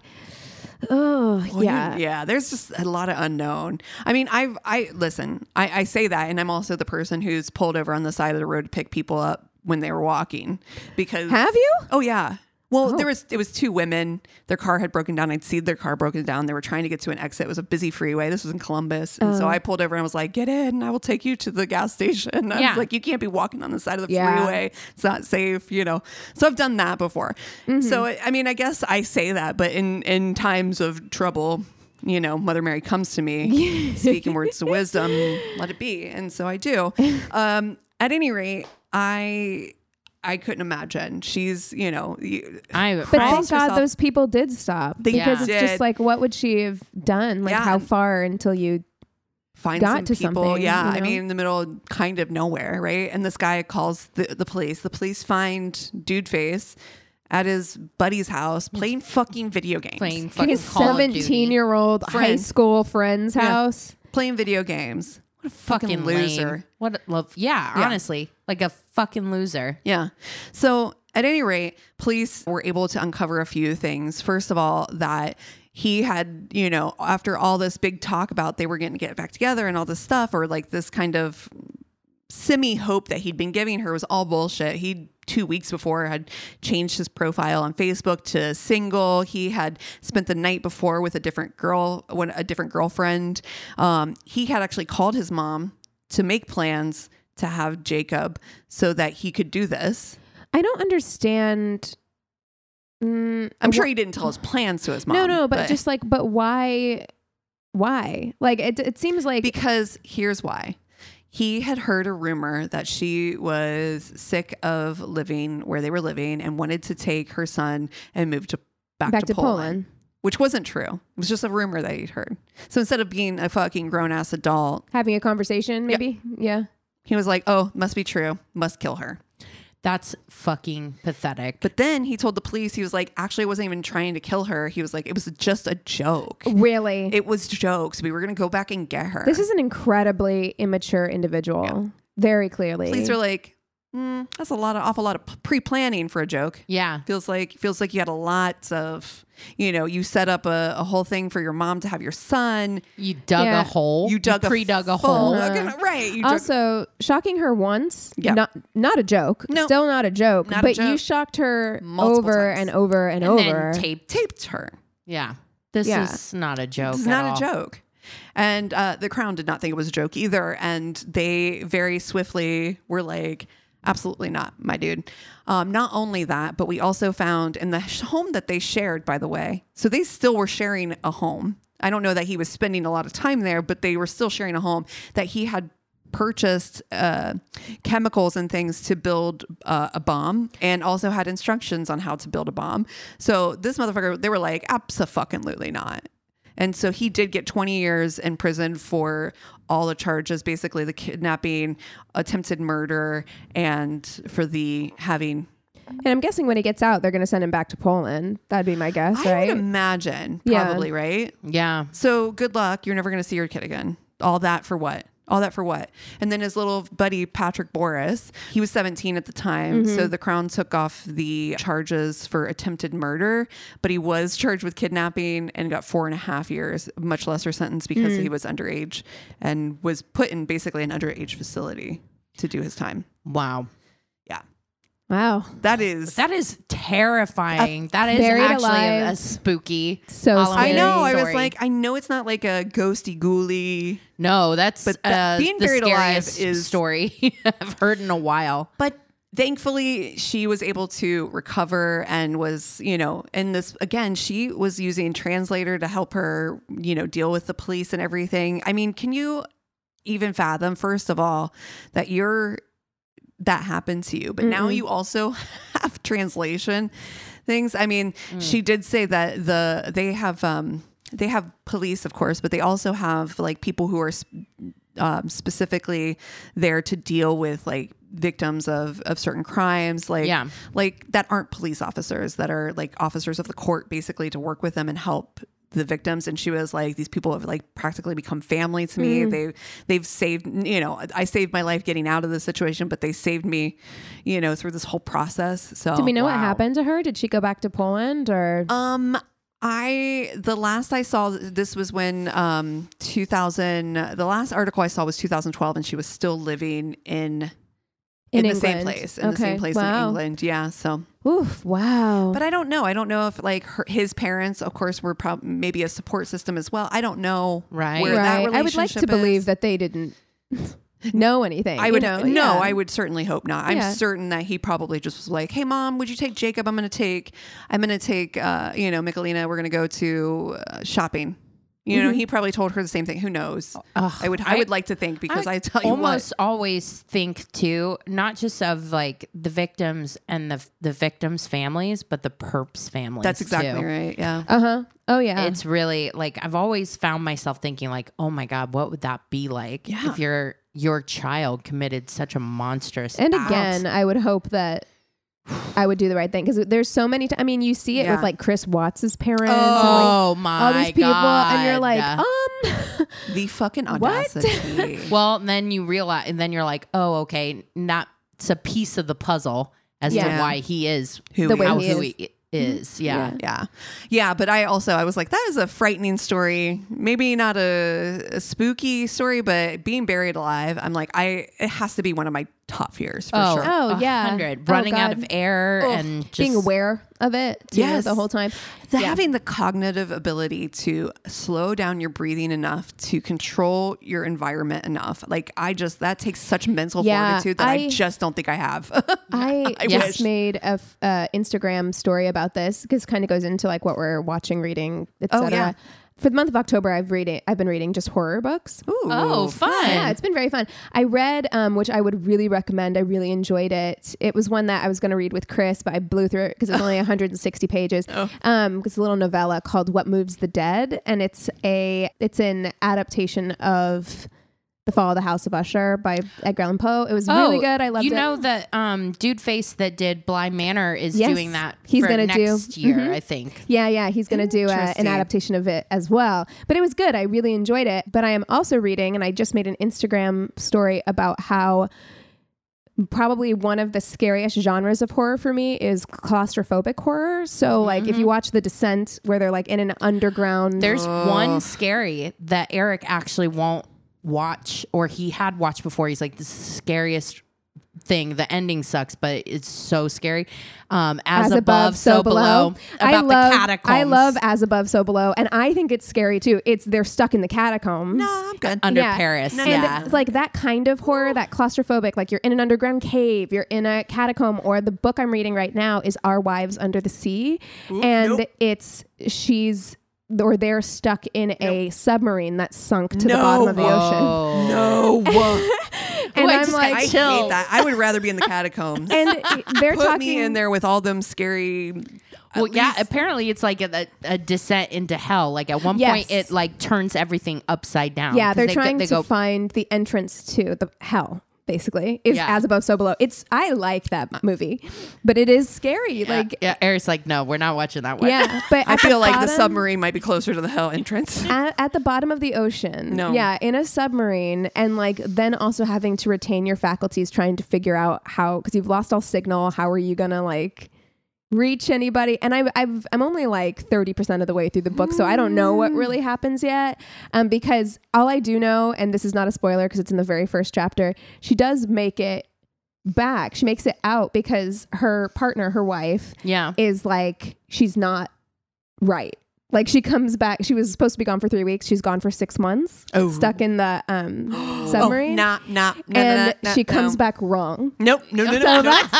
Speaker 3: oh
Speaker 2: Well, you-
Speaker 3: yeah.
Speaker 2: yeah. There's just a lot of unknown. I mean, I've I listen. I, I say that, and I'm also the person who's pulled over on the side of the road to pick people up when they were walking because
Speaker 3: Have you?
Speaker 2: Oh yeah. Well, there was it was two women. Their car had broken down. I'd seen their car broken down. They were trying to get to an exit. It was a busy freeway. This was in Columbus, and so I pulled over and I was like, "Get in! I will take you to the gas station." And I
Speaker 4: Yeah.
Speaker 2: was like, "You can't be walking on the side of the
Speaker 3: Yeah.
Speaker 2: freeway. It's not safe," you know. So I've done that before. So
Speaker 3: Mm-hmm.
Speaker 2: I I mean, I guess I say that, but in in times of trouble, you know, Mother Mary comes to me, speaking words of wisdom. Let it be, and so I do. Um, at any rate, I. I couldn't imagine. She's, you know, you-
Speaker 4: I,
Speaker 3: But
Speaker 4: I-
Speaker 3: thank God
Speaker 2: herself-
Speaker 3: those people did stop because
Speaker 2: did.
Speaker 3: it's just like, what would she have done? Like,
Speaker 2: Yeah.
Speaker 3: how far until you?
Speaker 2: find
Speaker 3: got
Speaker 2: some
Speaker 3: to
Speaker 2: people.
Speaker 3: something,
Speaker 2: yeah,
Speaker 3: you
Speaker 2: I
Speaker 3: know?
Speaker 2: mean, in the middle, of kind of nowhere, right? And this guy calls the, the police. The police find Dude Face at his buddy's house playing fucking video games.
Speaker 4: playing fucking
Speaker 3: His
Speaker 4: Call of Duty.
Speaker 3: seventeen-year-old high
Speaker 2: Friend.
Speaker 3: school friend's house.
Speaker 2: playing video games. What a fucking,
Speaker 4: fucking
Speaker 2: loser.
Speaker 4: lame. What a- love? Yeah,
Speaker 2: Yeah.
Speaker 4: honestly, like a fucking loser.
Speaker 2: Yeah. So, at any rate, police were able to uncover a few things. First of all, that he had, you know, after all this big talk about they were going to get back together and all this stuff, or like this kind of semi hope that he'd been giving her was all bullshit. He two weeks before had changed his profile on Facebook to single. He had spent the night before with a different girl, when a different girlfriend. Um, he had actually called his mom to make plans to have Jacob so that he could do this.
Speaker 3: I don't understand. Mm,
Speaker 2: I'm
Speaker 3: wh-
Speaker 2: sure he didn't tell his plans to his mom.
Speaker 3: no, no, but, just like, but why? Why? Like, it, it seems like
Speaker 2: because here's why. He had heard a rumor that she was sick of living where they were living and wanted to take her son and move to back,
Speaker 3: back
Speaker 2: to, Poland, which wasn't true. It was just a rumor that he'd heard. So instead of being a fucking grown ass adult,
Speaker 3: having a conversation, maybe. Yeah.
Speaker 2: he was like, "Oh, must be true. Must kill her."
Speaker 4: That's fucking pathetic.
Speaker 2: But then he told the police he was like, "Actually, I wasn't even trying to kill her. He was like, it was just a joke.
Speaker 3: Really?
Speaker 2: It was jokes. We were gonna go back and get her."
Speaker 3: this is an incredibly immature individual. Very clearly.
Speaker 2: police are like, mm, that's a lot of awful lot of pre planning for a joke.
Speaker 4: yeah,
Speaker 2: Feels like feels like you had a lot of, you know, you set up a, a whole thing for your mom to have your son.
Speaker 4: you dug
Speaker 3: Yeah.
Speaker 4: a hole.
Speaker 2: You dug
Speaker 4: pre dug a
Speaker 2: full-
Speaker 4: hole.
Speaker 2: okay, right? You dug-
Speaker 3: also shocking her once.
Speaker 2: Yeah.
Speaker 3: Not not a joke.
Speaker 2: No.
Speaker 3: Still not a joke.
Speaker 2: Not a
Speaker 3: but you
Speaker 2: joke.
Speaker 3: shocked her
Speaker 2: Multiple
Speaker 3: over
Speaker 2: times.
Speaker 3: and over and,
Speaker 4: and
Speaker 3: over.
Speaker 4: then taped.
Speaker 2: taped her.
Speaker 4: Yeah, this
Speaker 3: Yeah.
Speaker 4: is not a joke.
Speaker 2: It's
Speaker 4: at
Speaker 2: not
Speaker 4: all.
Speaker 2: a joke. And uh, the Crown did not think it was a joke either, and they very swiftly were like. Absolutely not, my dude. Um, not only that, but we also found in the sh- home that they shared, by the way. So they still were sharing a home. I don't know that he was spending a lot of time there, but they were still sharing a home that he had purchased uh, chemicals and things to build uh, a bomb and also had instructions on how to build a bomb. So this motherfucker, they were like, absolutely not. And so he did get 20 years in prison for all the charges basically the kidnapping, attempted murder, and for the having.
Speaker 3: and I'm guessing when he gets out, they're going to send him back to Poland. That'd be my guess,
Speaker 2: I
Speaker 3: right?
Speaker 2: would imagine,
Speaker 3: Yeah.
Speaker 2: probably, right?
Speaker 4: Yeah,
Speaker 2: So good luck. You're never going to see your kid again. All that for what? All that for what? And then his little buddy, Patrick Boris, he was 17 at the time. So the Crown took off the charges for attempted murder, but he was charged with kidnapping and got four and a half years, much lesser sentence because he was underage and was put in basically an underage facility to do his time.
Speaker 4: wow.
Speaker 2: Yeah.
Speaker 3: wow.
Speaker 2: That is.
Speaker 4: That is terrifying. that is
Speaker 3: Buried
Speaker 4: actually
Speaker 3: alive.
Speaker 4: a spooky.
Speaker 3: So
Speaker 2: I
Speaker 4: Halloween
Speaker 3: scary.
Speaker 2: know. I was
Speaker 4: story.
Speaker 2: like, I know it's not like a ghosty ghouly
Speaker 4: no, that's
Speaker 2: But
Speaker 4: uh,
Speaker 2: that- being
Speaker 4: the
Speaker 2: buried alive
Speaker 4: scariest
Speaker 2: is-
Speaker 4: story I've heard in a while.
Speaker 2: but thankfully she was able to recover and was you know in this again she was using translator to help her you know deal with the police and everything i mean can you even fathom first of all that you're that happened to you but now you also have translation things i mean she did say that the they have um they have police of course but they also have like people who are sp- um, specifically there to deal with like victims of of certain crimes like
Speaker 4: Yeah.
Speaker 2: like that aren't police officers that are like officers of the court basically to work with them and help the victims and she was like these people have like practically become family to me
Speaker 3: Mm.
Speaker 2: they they've saved you know I saved my life getting out of this situation but they saved me you know through this whole process so
Speaker 3: Do we know what
Speaker 4: Wow.
Speaker 3: happened to her? Did she go back to Poland or?
Speaker 2: um, I the last I saw this was when um 2000. The last article I saw was 2012, and she was still living in
Speaker 3: In
Speaker 2: in, the same
Speaker 3: England.
Speaker 2: place in the
Speaker 3: Okay.
Speaker 2: same place
Speaker 3: Wow.
Speaker 2: in England. Yeah, so.
Speaker 3: Oof! Wow.
Speaker 2: But I don't know. I don't know if like her, his parents, of course, were prob- maybe a support system as well. I don't know.
Speaker 4: Right.
Speaker 2: where that
Speaker 3: I would like to
Speaker 2: relationship
Speaker 3: believe
Speaker 2: is.
Speaker 3: that they didn't know anything.
Speaker 2: I would
Speaker 3: you know?
Speaker 2: no,
Speaker 3: Yeah.
Speaker 2: I would certainly hope not. I'm
Speaker 3: Yeah.
Speaker 2: certain that he probably just was like, "Hey, mom, would you take Jacob? I'm going to take, I'm going to take, uh, you know, Michelina. We're going to go to uh, shopping." You
Speaker 3: Mm-hmm.
Speaker 2: know, he probably told her the same thing. Who knows? I would, I, would like to think because I, tell you
Speaker 4: almost always think too, not just of like the victims and the the victims' families, but the perps' families.
Speaker 2: what, that's exactly
Speaker 4: too.
Speaker 2: right. Yeah,
Speaker 3: Uh huh. Oh yeah.
Speaker 4: It's really like I've always found myself thinking like, oh my god, what would that be like
Speaker 2: Yeah.
Speaker 4: if your your child committed such a monstrous
Speaker 3: and
Speaker 4: act?
Speaker 3: again, I would hope that I would do the right thing because there's so many. T- I mean, you see it
Speaker 2: Yeah.
Speaker 3: with like Chris Watts's parents. and, like,
Speaker 4: oh my
Speaker 3: all these people,
Speaker 4: god,
Speaker 3: and you're like, um,
Speaker 2: The fucking audacity.
Speaker 4: Well, and then you realize, and then you're like, oh, okay, not it's a piece of the puzzle as
Speaker 3: Yeah. Mm-hmm.
Speaker 4: to why he is
Speaker 2: Who
Speaker 3: The
Speaker 2: he
Speaker 3: way
Speaker 4: how
Speaker 3: he
Speaker 4: who
Speaker 3: is.
Speaker 4: he is. Yeah.
Speaker 2: yeah yeah but i also i was like that is a frightening story maybe not a, a spooky story but being buried alive i'm like i it has to be one of my top fears for sure
Speaker 3: Oh,
Speaker 4: a
Speaker 3: yeah.
Speaker 4: hundred.
Speaker 3: Oh,
Speaker 4: running out
Speaker 3: God.
Speaker 4: of air
Speaker 3: Ugh.
Speaker 4: and just
Speaker 3: being aware of it too,
Speaker 2: Yes.
Speaker 3: the whole time.
Speaker 2: The- having the cognitive ability to slow down your breathing enough to control your environment enough like i just that takes such mental
Speaker 3: Yeah,
Speaker 2: fortitude that I,
Speaker 3: I-
Speaker 2: just don't think i have
Speaker 3: I,
Speaker 2: I
Speaker 3: just
Speaker 2: wish.
Speaker 3: made a f- uh, Instagram story about this because kind of goes into like what we're watching, reading,
Speaker 2: Oh,
Speaker 3: etc.
Speaker 2: yeah.
Speaker 3: For the month of October, I've reading I've been reading just horror books.
Speaker 2: Ooh.
Speaker 4: oh fun.
Speaker 3: Yeah, it's been very fun. I read, um, which I would really recommend. I really enjoyed it. It was one that I was going to read with Chris, but I blew through it because it's
Speaker 4: Oh.
Speaker 3: only 160 pages. Um, it's a little novella called "What Moves the Dead," and it's a it's an adaptation of "The Fall of the House of Usher" by Edgar Allan Poe. It was really
Speaker 4: Oh,
Speaker 3: good. I loved
Speaker 4: you
Speaker 3: it.
Speaker 4: know the um, dude face that did Bly Manor is
Speaker 3: Yes.
Speaker 4: doing that.
Speaker 3: He's
Speaker 4: for
Speaker 3: gonna do- Mm-hmm.
Speaker 4: next year, I think.
Speaker 3: Yeah, yeah, he's going to do a, an
Speaker 2: Interesting.
Speaker 3: adaptation of it as well. But it was good. I really enjoyed it. But I am also reading, and I just made an Instagram story about how probably one of the scariest genres of horror for me is claustrophobic horror. So, like, if you watch The Descent, where they're like in an underground,
Speaker 4: Mm-hmm. There's one scary that Eric actually won't watch, or he had watched before. He's like the scariest thing. The ending sucks, but it's so scary. Um, as, above, so below. About
Speaker 3: I love,
Speaker 4: the catacombs.
Speaker 3: I love as above, so below, and I think it's scary too. It's they're stuck in the catacombs.
Speaker 2: no i'm good
Speaker 4: under
Speaker 3: Yeah.
Speaker 4: Paris.
Speaker 3: And
Speaker 4: yeah.
Speaker 3: it's like that kind of horror, that claustrophobic, like you're in an underground cave, you're in a catacomb, or the book I'm reading right now is Our Wives Under the Sea. and it's she's or they're stuck in a submarine that's sunk to the
Speaker 2: No.
Speaker 3: bottom of the ocean.
Speaker 4: Oh.
Speaker 2: no
Speaker 3: And
Speaker 4: I
Speaker 3: I'm
Speaker 4: just got
Speaker 3: like
Speaker 2: i hate
Speaker 4: Chills.
Speaker 2: that i would rather be in the catacombs
Speaker 3: and they're
Speaker 2: put
Speaker 3: talking
Speaker 2: me in there with all them scary
Speaker 4: Well, yeah. Apparently, it's like a, a descent into hell. Like at one
Speaker 3: Yes.
Speaker 4: point, it like turns everything upside down.
Speaker 3: Yeah,
Speaker 4: 'Cause
Speaker 3: they're
Speaker 4: they go-
Speaker 3: trying
Speaker 4: they
Speaker 3: to
Speaker 4: go,
Speaker 3: find the entrance to the hell. Basically, is
Speaker 4: Yeah.
Speaker 3: as above, so below. It's I like that movie, but it is scary.
Speaker 4: Yeah,
Speaker 3: Like,
Speaker 4: "Uh, yeah. Eric's like, no, we're not watching that one.
Speaker 3: yeah. But
Speaker 2: I
Speaker 3: at the
Speaker 2: feel like the
Speaker 3: bottom-
Speaker 2: submarine might be closer to the hell entrance. Oh,
Speaker 3: at, at the bottom of the ocean.
Speaker 2: No.
Speaker 3: Yeah, in a submarine, and like then also having to retain your faculties, trying to figure out how because you've lost all signal. How are you gonna like reach anybody? And I, I've I'm only like thirty percent of the way through the book, so I don't know what really happens yet. Um, because all I do know, and this is not a spoiler because it's in the very first chapter, she does make it back. She makes it out because her partner, her wife,
Speaker 4: Yeah.
Speaker 3: is like she's not right. Like she comes back. She was supposed to be gone for three weeks. She's gone for six months,
Speaker 2: Oh,
Speaker 3: stuck in the um, submarine.
Speaker 2: Nah, nah, nah, nah,
Speaker 3: and
Speaker 2: nah,
Speaker 3: she
Speaker 2: nah,
Speaker 3: comes
Speaker 2: no.
Speaker 3: back wrong.
Speaker 2: Nope, no, no, no.
Speaker 3: So
Speaker 2: no.
Speaker 3: that's so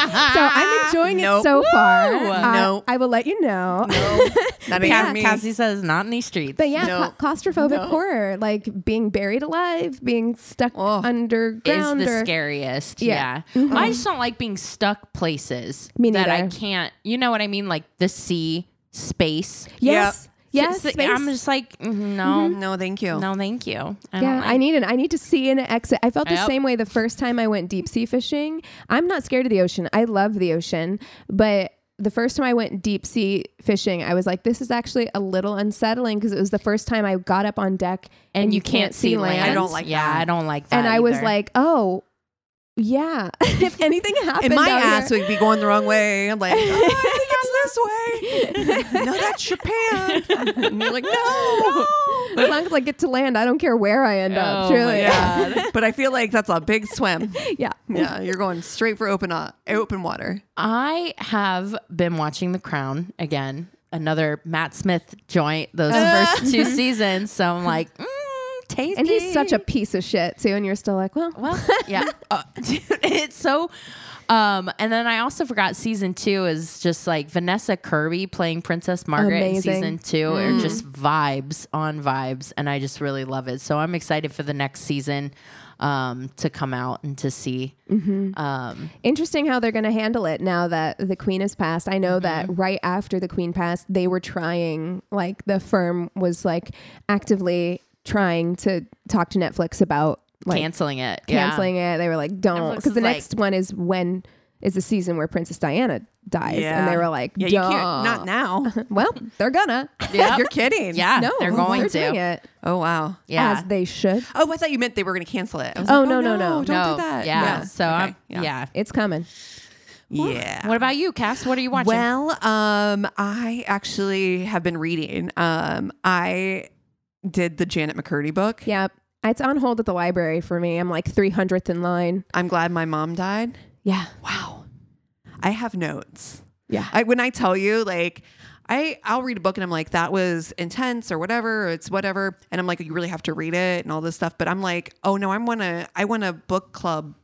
Speaker 3: I'm enjoying
Speaker 2: Nope.
Speaker 3: it so far.
Speaker 2: No.
Speaker 3: Uh,
Speaker 2: Nope.
Speaker 3: I will let you know.
Speaker 2: that ain't
Speaker 4: Ca-
Speaker 2: me.
Speaker 4: Cassie says, not in these streets.
Speaker 3: But yeah,
Speaker 2: Nope.
Speaker 3: cla- claustrophobic horror, like being buried alive, being stuck
Speaker 2: Oh.
Speaker 4: is
Speaker 3: underground.
Speaker 4: the
Speaker 3: or-
Speaker 4: scariest.
Speaker 3: Yeah. Mm-hmm.
Speaker 4: Yeah. I just don't like being stuck places
Speaker 3: Me
Speaker 4: that I
Speaker 3: neither.
Speaker 4: can't, you know what I mean? Like the sea, space.
Speaker 3: yes, yes.
Speaker 4: S-
Speaker 3: space.
Speaker 4: I'm just like, mm, no,
Speaker 3: Mm-hmm.
Speaker 2: No, thank you.
Speaker 4: no, thank you. I
Speaker 3: Yeah,
Speaker 4: don't
Speaker 3: I
Speaker 4: like-
Speaker 3: need an I need to see an exit. I felt the
Speaker 4: Yep.
Speaker 3: same way the first time I went deep sea fishing. I'm not scared of the ocean. I love the ocean, but the first time I went deep sea fishing, I was like, this is actually a little unsettling because it was the first time I got up on deck
Speaker 4: and, you can't, see land.
Speaker 2: I don't like
Speaker 4: Yeah,
Speaker 2: that.
Speaker 4: I don't like that.
Speaker 3: And I was
Speaker 4: either.
Speaker 3: like, oh, yeah. if anything happened,
Speaker 2: And my
Speaker 3: out
Speaker 2: ass
Speaker 3: here-
Speaker 2: would be going the wrong way. I'm like, oh, I think it's this way. no, that's Japan. And you're like, no.
Speaker 3: as long as I get to land, I don't care where I end up.
Speaker 4: Oh my
Speaker 3: Truly,
Speaker 2: Yeah, but I feel like that's a big swim.
Speaker 3: yeah.
Speaker 2: Yeah, you're going straight for open o- open water.
Speaker 4: I have been watching The Crown again, another Matt Smith joint, those first two seasons. So I'm like, mm, tasty.
Speaker 3: Uh. And he's such a piece of shit too. And you're still like, well,
Speaker 4: Well, yeah. Uh, dude, it's so. Um, and then I also forgot season two is just like Vanessa Kirby playing Princess Margaret
Speaker 3: Amazing. Mm.
Speaker 4: in season two are just vibes on vibes. And I just really love it. So I'm excited for the next season um, to come out and to see.
Speaker 3: Mm-hmm.
Speaker 4: Um,
Speaker 3: Interesting how they're going to handle it now that the queen has passed. I know that right after the queen passed, they were trying, like, the firm was like actively trying to talk to Netflix about like
Speaker 4: canceling it. Yeah.
Speaker 3: canceling it. They were like, don't,
Speaker 4: Netflix
Speaker 3: because the
Speaker 4: is like-
Speaker 3: next one is when is the season where Princess Diana dies, and they were like,
Speaker 2: yeah, you can't,
Speaker 3: "Duh."
Speaker 2: not now.
Speaker 3: Well, they're gonna.
Speaker 2: Yeah, you're kidding.
Speaker 4: Yeah,
Speaker 3: No,
Speaker 4: they're going to.
Speaker 3: doing it
Speaker 2: Oh wow.
Speaker 4: Yeah.
Speaker 3: as they should.
Speaker 2: Oh, I thought you meant they were going to cancel it. I was
Speaker 3: Oh,
Speaker 2: like,
Speaker 3: no, no, no.
Speaker 2: Don't
Speaker 4: no,
Speaker 2: do that.
Speaker 4: Yeah. So
Speaker 2: Okay.
Speaker 4: I'm, yeah.
Speaker 2: yeah.
Speaker 3: It's coming.
Speaker 2: Yeah.
Speaker 4: What about you, Cass? What are you watching?
Speaker 2: Well, um, I actually have been reading. Um, I did the Janet McCurdy book.
Speaker 3: Yeah, it's on hold at the library for me. I'm like 300th in line.
Speaker 2: I'm glad my mom died.
Speaker 3: Yeah.
Speaker 2: Wow. I have notes.
Speaker 3: Yeah.
Speaker 2: I when I tell you like I I'll read a book and I'm like that was intense or whatever, or it's whatever and I'm like you really have to read it and all this stuff, but I'm like, "Oh no, I want to I want a book club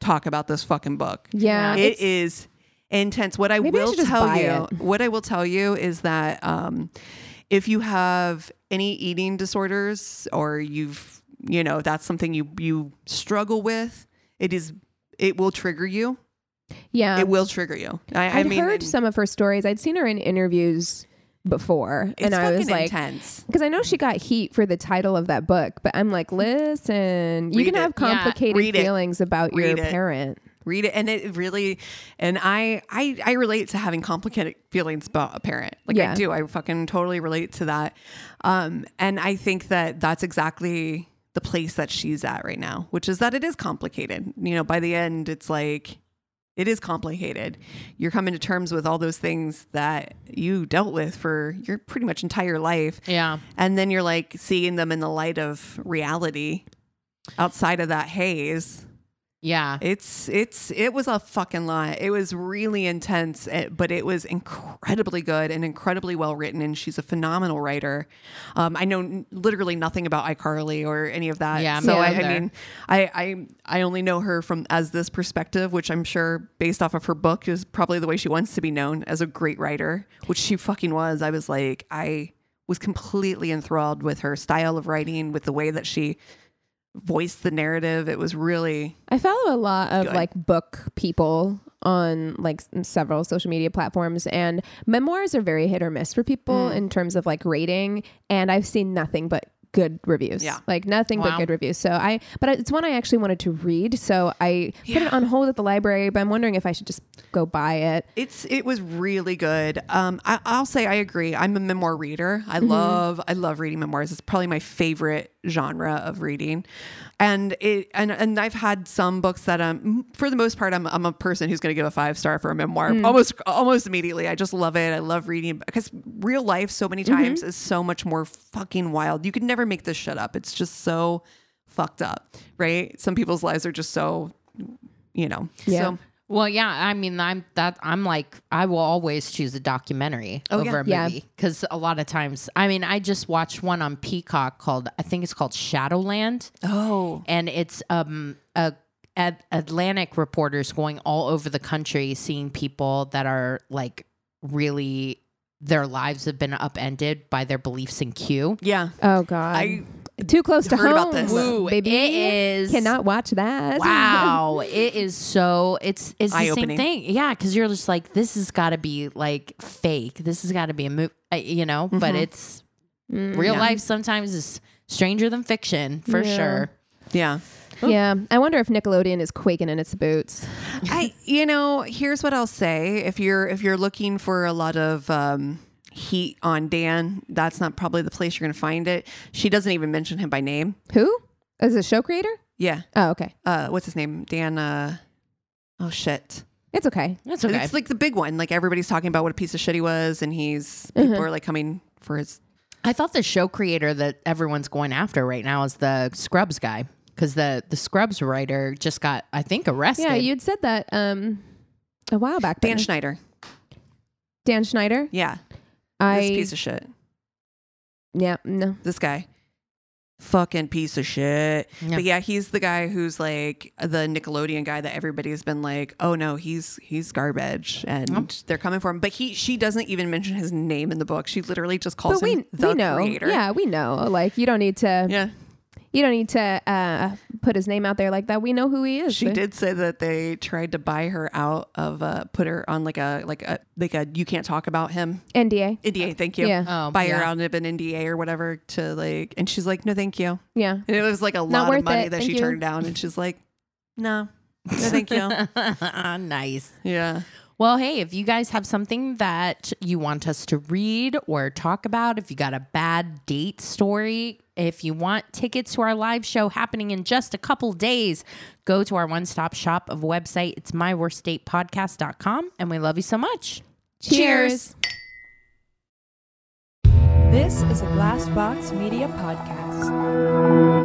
Speaker 2: talk about this fucking book."
Speaker 3: Yeah.
Speaker 2: it
Speaker 3: it's-
Speaker 2: is intense. What I
Speaker 3: Maybe I
Speaker 2: will
Speaker 3: should just
Speaker 2: tell
Speaker 3: buy
Speaker 2: you, what I will tell you is that um, if you have any eating disorders or you've, you know, that's something you you struggle with, it is it will trigger you.
Speaker 3: yeah.
Speaker 2: it will trigger you. I, I
Speaker 3: I'd
Speaker 2: mean,
Speaker 3: Um, heard
Speaker 2: and
Speaker 3: some of her stories. I'd seen her in interviews before,
Speaker 2: it's
Speaker 3: and I
Speaker 2: fucking
Speaker 3: was like,
Speaker 2: intense.
Speaker 3: because I know she got heat for the title of that book, but I'm like, listen, you
Speaker 2: Read
Speaker 3: can
Speaker 2: it.
Speaker 3: have
Speaker 2: Yeah.
Speaker 3: complicated
Speaker 2: Read it.
Speaker 3: feelings about
Speaker 2: Read
Speaker 3: your
Speaker 2: it.
Speaker 3: parent.
Speaker 2: Read it, and it really, and I, I, I relate to having complicated feelings about a parent. Like I
Speaker 3: Yeah.
Speaker 2: do, I fucking totally relate to that. Um, and I think that that's exactly the place that she's at right now, which is that it is complicated. You know, by the end, it's like it is complicated. You're coming to terms with all those things that you dealt with for your pretty much entire life,
Speaker 4: yeah.
Speaker 2: and then you're like seeing them in the light of reality outside of that haze
Speaker 4: Yeah.
Speaker 2: it's it's it was a fucking lot it was really intense eh, but it was incredibly good and incredibly well written and she's a phenomenal writer um, i know n- literally nothing about icarly or any of that
Speaker 4: Yeah, me
Speaker 2: so I, I
Speaker 4: either.
Speaker 2: mean I, I i only know her from as this perspective which i'm sure based off of her book is probably the way she wants to be known as a great writer which she fucking was i was like i was completely enthralled with her style of writing with the way that she voiced the narrative it was really
Speaker 3: I follow a lot of
Speaker 2: Good.
Speaker 3: like book people on like s- several social media platforms, and memoirs are very hit or miss for people in terms of like rating. And I've seen nothing but good reviews.
Speaker 2: Yeah.
Speaker 3: like nothing but
Speaker 4: Wow.
Speaker 3: good reviews. So I, but it's one I actually wanted to read, so I put it on hold at the library. But I'm wondering if I should just go buy it.
Speaker 2: It's it was really good. Um, I, I'll say I agree. I'm a memoir reader. I love I love reading memoirs. It's probably my favorite genre of reading, and it and and I've had some books that um for the most part I'm I'm a person who's going to give a five star for a memoir almost almost immediately. I just love it. I love reading because real life so many times is so much more fucking wild. You could never make this shit up. It's just so fucked up, right? Some people's lives are just so, you know,
Speaker 3: Yeah.
Speaker 2: so.
Speaker 4: Well, yeah, I mean, I'm that I'm like I will always choose a documentary
Speaker 2: Oh,
Speaker 4: over
Speaker 3: yeah.
Speaker 4: a
Speaker 3: Yeah.
Speaker 4: movie because a lot of times, I mean, I just watched one on Peacock called I think it's called Shadowland,
Speaker 2: Oh,
Speaker 4: and it's um a, at Atlantic reporters going all over the country seeing people that are like really their lives have been upended by their beliefs in Q.
Speaker 2: yeah.
Speaker 3: Oh God,
Speaker 2: I
Speaker 3: too close to
Speaker 2: heard
Speaker 3: home.
Speaker 2: about this.
Speaker 4: Woo,
Speaker 3: baby.
Speaker 4: it is-
Speaker 3: cannot watch that.
Speaker 4: Wow, it is so it's it's the same
Speaker 2: Eye-opening.
Speaker 4: thing. Yeah, because you're just like this has got to be like fake. This has got to be a movie, you know.
Speaker 2: Mm-hmm.
Speaker 4: But it's real life. Sometimes is stranger than fiction for
Speaker 3: Yeah.
Speaker 4: sure.
Speaker 2: Yeah.
Speaker 3: yeah, I wonder if Nickelodeon is quaking in its boots.
Speaker 2: I you know, here's what I'll say. If you're if you're looking for a lot of um heat on Dan, that's not probably the place you're gonna find it. She doesn't even mention him by name.
Speaker 3: Who is a show creator?
Speaker 2: Yeah.
Speaker 3: Oh, okay.
Speaker 2: Uh what's his name? Dan uh oh shit.
Speaker 3: It's okay.
Speaker 4: That's okay.
Speaker 2: It's like the big one. Like everybody's talking about what a piece of shit he was and he's people are like coming for his
Speaker 4: I thought the show creator that everyone's going after right now is the Scrubs guy because the the Scrubs writer just got I think arrested.
Speaker 3: Yeah, you'd said that um a while back. but-
Speaker 2: Dan Schneider.
Speaker 3: Dan Schneider.
Speaker 2: Yeah.
Speaker 3: I
Speaker 2: this piece of shit.
Speaker 3: yeah no.
Speaker 2: this guy fucking piece of shit
Speaker 4: Yeah.
Speaker 2: but yeah he's the guy who's like the nickelodeon guy that everybody's been like oh no he's he's garbage and
Speaker 3: Oh.
Speaker 2: they're coming for him but he she doesn't even mention his name in the book she literally just calls
Speaker 3: But we
Speaker 2: him the
Speaker 3: we know.
Speaker 2: creator
Speaker 3: Yeah, we know. Like you don't need to.
Speaker 2: yeah
Speaker 3: You don't need to uh, put his name out there like that. We know who he is.
Speaker 2: she did say that they tried to buy her out of uh put her on like a like a like a you can't talk about him
Speaker 3: NDA.
Speaker 2: nda thank you
Speaker 3: Yeah.
Speaker 4: Oh,
Speaker 2: buy her
Speaker 4: yeah.
Speaker 2: out of an nda or whatever to like and she's like no thank you
Speaker 3: Yeah.
Speaker 2: And it was like a lot of
Speaker 3: worth
Speaker 2: money
Speaker 3: it.
Speaker 2: that
Speaker 3: Thank
Speaker 2: she
Speaker 3: you.
Speaker 2: turned down. And she's like, no, No, thank you.
Speaker 4: nice.
Speaker 2: yeah.
Speaker 4: Well, hey, if you guys have something that you want us to read or talk about, if you got a bad date story, if you want tickets to our live show happening in just a couple days, go to our one stop shop of website. It's myworstdatepodcast.com. And we love you so much.
Speaker 3: Cheers.
Speaker 1: This is a Glassbox Media Podcast.